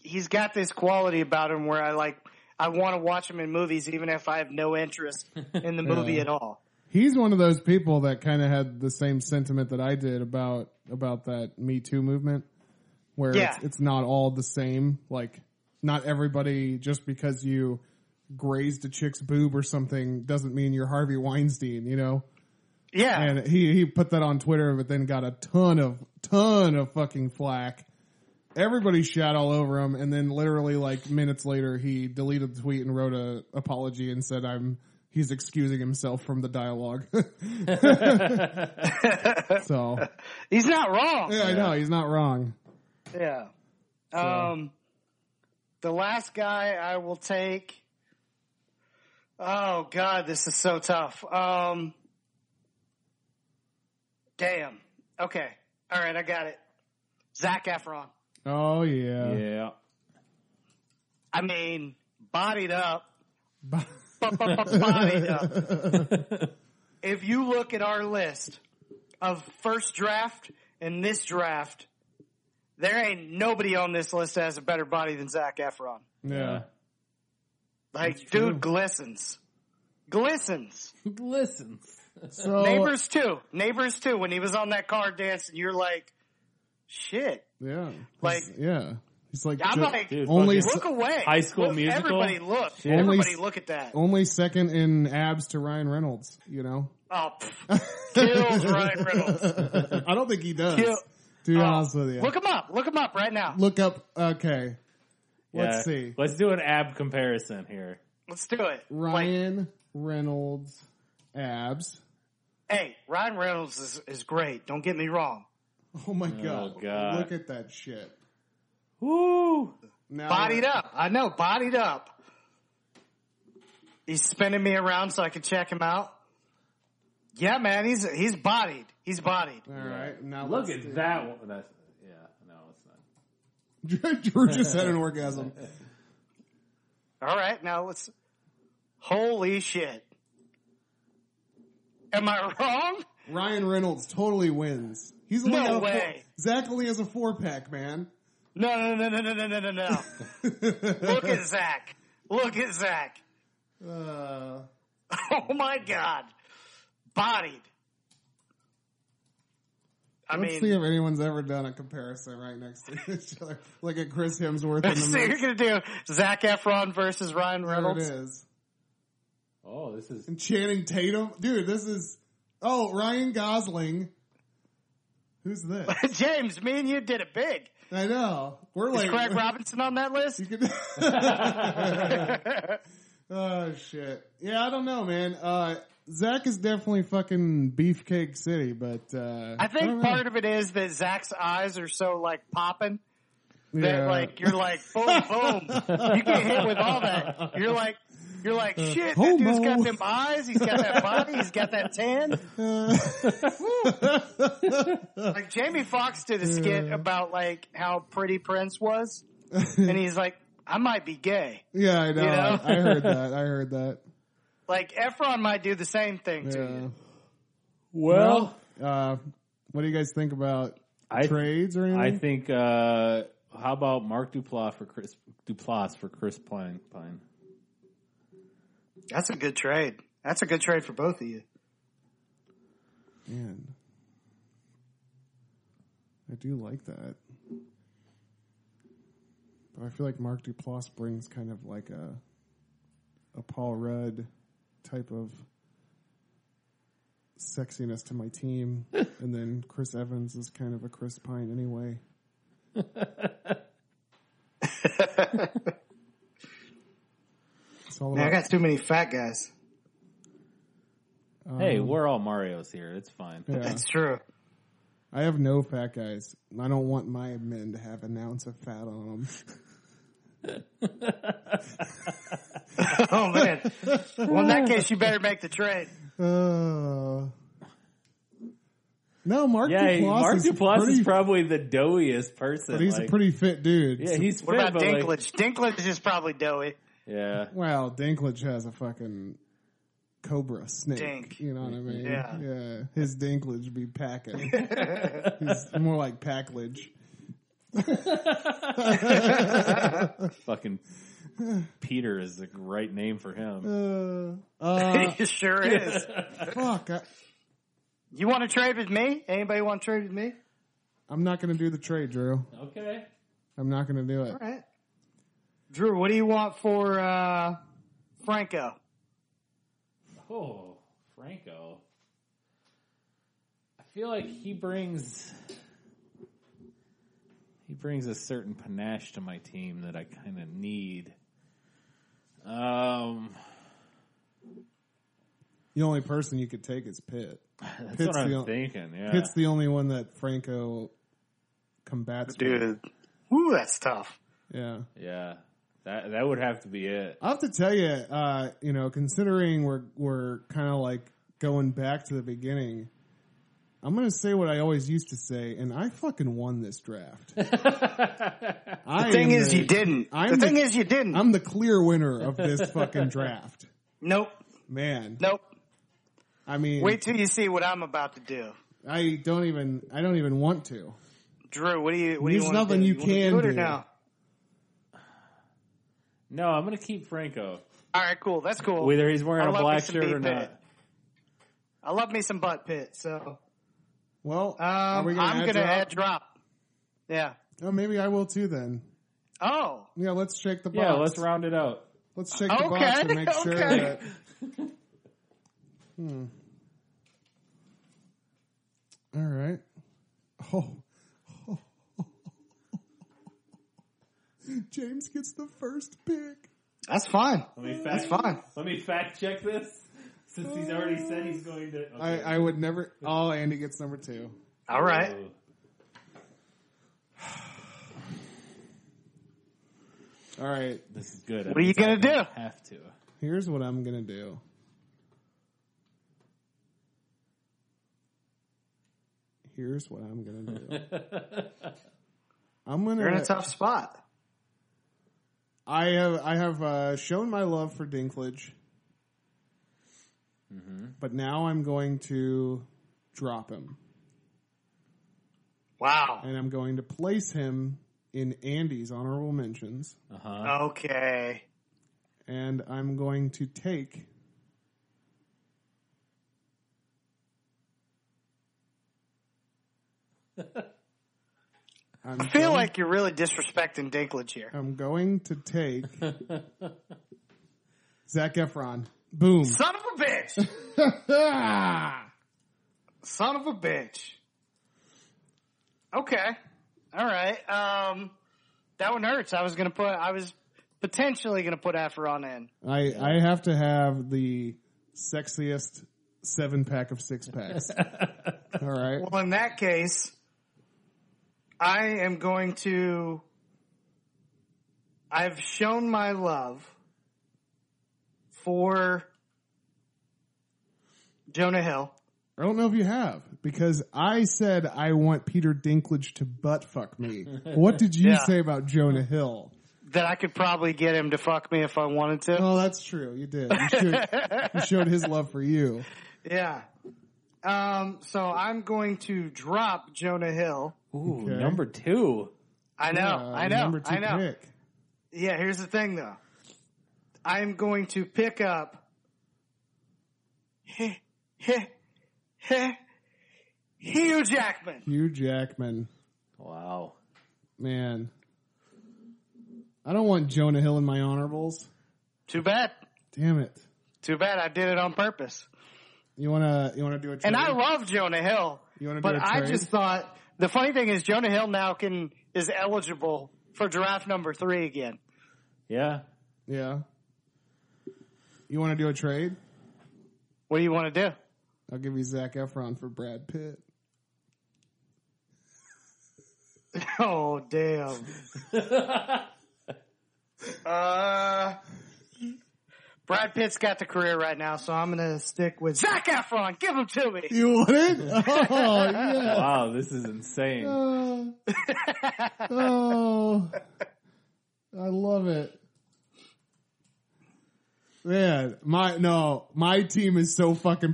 he's got this quality about him where I like I want to watch him in movies even if I have no interest in the movie Yeah. at all. He's one of those people that kind of had the same sentiment that I did about about that Me Too movement, where it's, Yeah. it's not all the same. Like, not everybody just because you grazed a chick's boob or something doesn't mean you're Harvey Weinstein, you know. Yeah. And he he put that on Twitter, but then got a ton of ton of fucking flack. Everybody shot all over him, and then literally like minutes later, he deleted the tweet and wrote a apology and said, "I'm." He's excusing himself from the dialogue. so He's not wrong. yeah, I know he's not wrong. Yeah. Um, the last guy I will take. Oh God, this is so tough. Um, damn. Okay. All right, I got it. Zach Efron. Oh yeah, yeah. I mean, bodied up. Bodied up. If you look at our list of first draft and this draft, there ain't nobody on this list that has a better body than Zach Efron. yeah. Like, dude glistens. Glistens. Listen. So Oh. Neighbors too. Neighbors too. When he was on that car dance, and you're like, shit. yeah, Like- yeah. He's like, I'm ju- like, Dude, only fucking- se- look away. High School Look, Musical? Oh. Everybody look. Only everybody s- look at that. only second in abs to Ryan Reynolds. You know, Oh, pff. kills Ryan Reynolds. I don't think he does. Kill- To be Oh, honest with you, Look him up. Look him up right now. Look up. Okay, let's Yeah. see. Let's do an ab comparison here. Let's do it. Like, Ryan Reynolds abs. hey, Ryan Reynolds is, is great. Don't get me wrong. Oh my god! God. Look at that shit. Woo! Now, Bodied up. I know. Bodied up. He's spinning me around so I can check him out. Yeah, man. He's he's bodied. He's bodied. All right, now Look let's at that one. That's, yeah, no, it's not. Drew just had an orgasm. All right. Now let's. Holy shit. Am I wrong? Ryan Reynolds totally wins. He's only No got a four- way. Zach only has a four pack, man. No, no, no, no, no, no, no, no, no. Look at Zach. Look at Zach. Uh, Oh my god. Bodied. I let's mean, see if anyone's ever done a comparison right next to each other, like a Chris Hemsworth and so you're gonna the do Zach Efron versus Ryan There it Reynolds. is. Oh, this is And Channing Tatum, dude. This is oh Ryan Gosling. Who's this? James, me and you did it big. I know. We're Is like Craig Robinson on that list? You can. oh shit! Yeah, I don't know, man. Uh, Zach is definitely fucking Beefcake City, but uh, I think don't know. part of it is that Zach's eyes are so like popping that Yeah. like you're like boom boom. you get hit with all that. You're like you're like shit. That dude's Uh, homo. got them eyes. He's got that body. He's got that tan. Like Jamie Foxx did a skit about like how pretty Prince was, and he's like, I might be gay. yeah, I know. you know? I heard that. I heard that. Like Efron might do the same thing to Yeah. you. Well, uh, what do you guys think about I trades or anything? I think. uh How about Mark Duplass for Chris Duplass for Chris Pine? Pine. That's a good trade. That's a good trade for both of you. Man. I do like that. But I feel like Mark Duplass brings kind of like a a Paul Rudd type of sexiness to my team. and then Chris Evans is kind of a Chris Pine anyway. it's all Man, I about got too many fat guys. hey, we're all Mario's here. It's fine. Um, yeah. That's true. I have no fat guys. I don't want my men to have an ounce of fat on them. Oh man. well, in that case, you better make the trade. Uh, no, Mark Yeah, Duplass, Mark is, Duplass pretty, is probably the doughiest person. but he's like- a pretty fit dude. Yeah, he's What fit, about but, like- Dinklage? Dinklage is probably doughy. yeah, Wow, Dinklage has a fucking cobra snake. Dink. You know what I mean? Yeah. His Dinklage be packing. he's more like packlage. fucking Peter is the right name for him. Uh, uh, It sure is. fuck. I, You want to trade with me? Anybody want to trade with me? I'm not going to do the trade, Drew. Okay. I'm not going to do it. All right. Drew, what do you want for uh, Franco? Oh, Franco. I feel like he brings he brings a certain panache to my team that I kind of need. Um, The only person you could take is Pitt. that's Pitt's what I'm the o- thinking. Yeah, Pitt's the only one that Franco combats. with. Ooh, that's tough. Yeah. yeah. That that would have to be it. I have to tell you, uh, you know, considering we're we're kind of like going back to the beginning, I'm gonna say what I always used to say, and I fucking won this draft. I The thing am is, the- you didn't. I'm the thing the- is, you didn't. I'm the clear winner of this fucking draft, nope. man. Nope. I mean, Wait till you see what I'm about to do. I don't even I don't even want to. Drew, what do you? What do There's you want nothing to do? you wanna can do. it or do. no? No, I'm gonna keep Franco, All right, cool. That's cool. whether he's wearing I a love me black some shirt Pete or Pitt. not. I love me some butt pit. So Well, um, are we gonna I'm add gonna drop? add drop. Yeah. Oh, maybe I will too then. Oh, Yeah, let's shake the box. Yeah, let's round it out. Let's shake the Okay, box and make sure okay. that. Hmm. All right. Oh. James gets the first pick. that's fine. Let me That's fact, fine. Let me fact check this since he's already said he's going to. Okay. I, I would never. Oh, Andy gets number two. All right. All right. This is good. What are you gonna do? Have to. Here's what I'm gonna do. Here's what I'm gonna do. I'm gonna. You're in a tough spot. I have I have uh, shown my love for Dinklage, Mm-hmm. but now I'm going to drop him, Wow. and I'm going to place him in Andy's honorable mentions, Uh huh. Okay. and I'm going to take. I'm I feel going- like you're really disrespecting Dinklage here. I'm going to take Zach Efron. Boom. Son of a bitch. Ah! Son of a bitch. Okay. All right. Um, that one hurts. I was gonna put. I was potentially gonna put Efron in. I, I have to have the sexiest seven pack of six packs. All right. Well, in that case, I am going to. I've shown my love for Jonah Hill. I don't know if you have because I said I want Peter Dinklage to butt fuck me. What did you Yeah. say about Jonah Hill? That I could probably get him to fuck me if I wanted to. Oh, that's true. You did. You, showed- you showed his love for you. Yeah. Um, so I'm going to drop Jonah Hill. Ooh, Okay. number two. I know, Yeah, I know, Uh, Number two I know. pick. Yeah, here's the thing though. I'm going to pick up Heh, heh, heh, Hugh Jackman. Hugh Jackman. Wow. Man. I don't want Jonah Hill in my honorables. Too bad. Damn it. Too bad I did it on purpose. You wanna you wanna do a trade? And I love Jonah Hill. You wanna do but a I trade? just thought the funny thing is Jonah Hill now can is eligible for draft number three again. Yeah. yeah. You wanna do a trade? What do you want to do? I'll give you Zach Efron for Brad Pitt. Oh damn. uh, Brad Pitt's got the career right now, so I'm gonna stick with Zach Efron. Give him to me. You want it? Oh yeah. Wow, this is insane. Oh. oh. I love it. Man, my no, my team is so fucking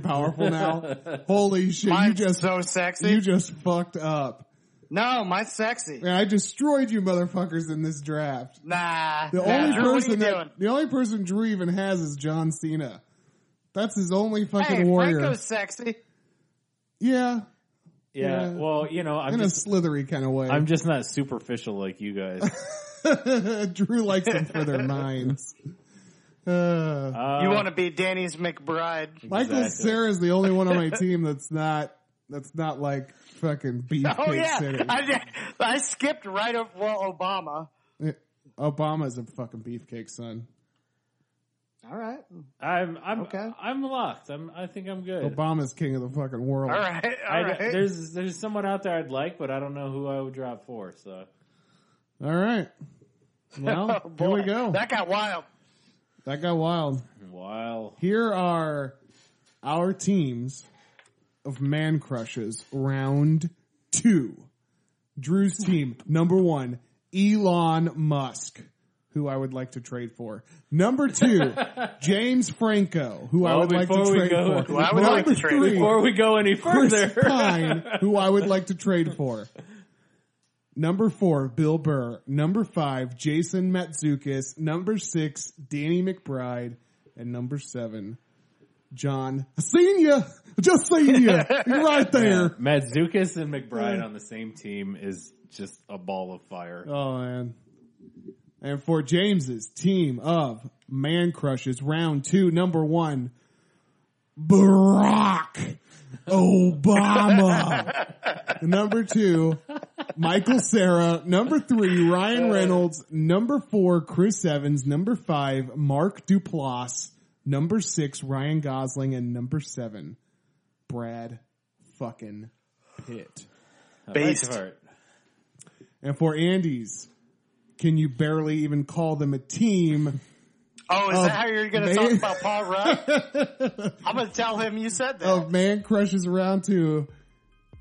powerful now. Holy shit, Mine's you just so sexy. you just fucked up. no, mine's sexy. Man, I destroyed you motherfuckers in this draft. Nah. The nah. only Drew, person what are you that, the only person Drew even has is John Cena. That's his only fucking doing? Hey, warrior. Franco's sexy. yeah, Yeah. Yeah. Well, you know, I'm in just a slithery kind of way. I'm just not superficial like you guys. Drew likes them for their minds. Uh, Uh, you want to be Danny's McBride? Michael exactly. Sarah's the only one on my team that's not that's not like fucking beefcake Oh yeah, city. I, did- I skipped right over well, Obama. Obama's a fucking beefcake son. All right, I'm I'm Okay. I'm locked. I'm I think I'm good. Obama's king of the fucking world. all right, all I, right. There's there's someone out there I'd like, but I don't know who I would drop for. So All right. Well, Oh, here we boy. go. That got wild. that got wild. wow. Here are our teams of man crushes round two. Drew's team, number one, Elon Musk, who I would like to trade for. Number two, James Franco, who I Well, would like to before we trade go- for. Well, I would like to Number trade three, Before we go any Chris further, Pine, who I would like to trade for. Number four, Bill Burr. Number five, Jason Matsukis. Number six, Danny McBride. And number seven, John. Seen ya! Just seen ya! You're right there. Madzukas and McBride on the same team is just a ball of fire. Oh man. And for James's team of man crushes, round two, number one, Barack Obama. number two, Michael Sarah. Number three, Ryan Reynolds. Number four, Chris Evans. Number five, Mark Duplass. Number six, Ryan Gosling. And number seven, Brad fucking Pitt. Based. And for Andy's, can you barely even call them a team? Oh, is Oh, that how you're going to man. talk about Paul Rudd? I'm going to tell him you said that. Of Oh, man crushes round two.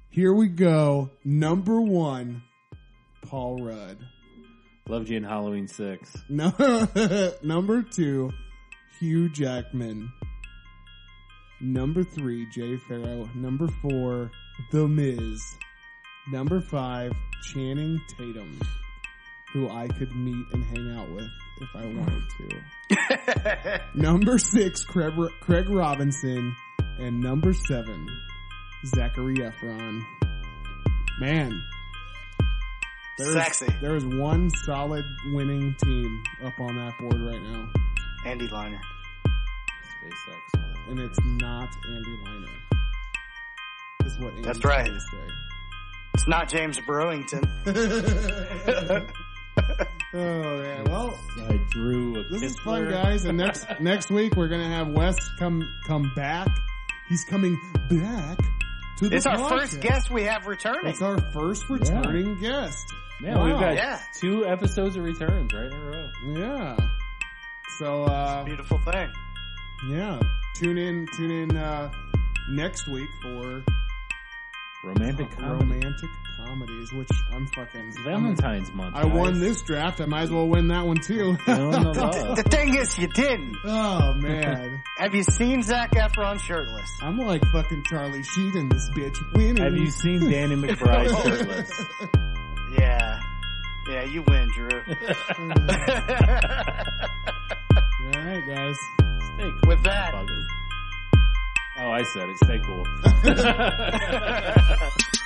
Here we go. Number one, Paul Rudd. Loved you in Halloween six. No, number two, Hugh Jackman. Number three, Jay Farrow. Number four, The Miz. Number five, Channing Tatum, who I could meet and hang out with if I wanted to. number six, Craig, Craig Robinson. And number seven, Zachary Efron. Man. There is- Sexy. there is one solid winning team up on that board right now, Andy Liner. SpaceX. and it's not Andy Liner. Is what Andy That's right. would say. It's not James Brewington. Oh man, well I drew a this is fun, Kinsler. guys. And next next week we're gonna have Wes come come back. He's coming back to the. It's our podcast. first guest we have returning. It's our first returning guest. Man, we've got Yeah. two episodes of returns right in a row. Yeah. So uh, Beautiful thing. yeah, tune in tune in uh, next week for Romantic comedy. Oh, romantic comedies, which I'm fucking. It's Valentine's month. I won this draft. I might as well win that one too. The thing is, you didn't. oh man, Have you seen Zach Efron shirtless? I'm like fucking Charlie Sheen in this bitch. Winning. Have you seen Danny McBride Oh, shirtless? Yeah. Yeah, you win, Drew. All right, guys. Stay cool, With that. fuckers. Oh, I said it. Stay cool.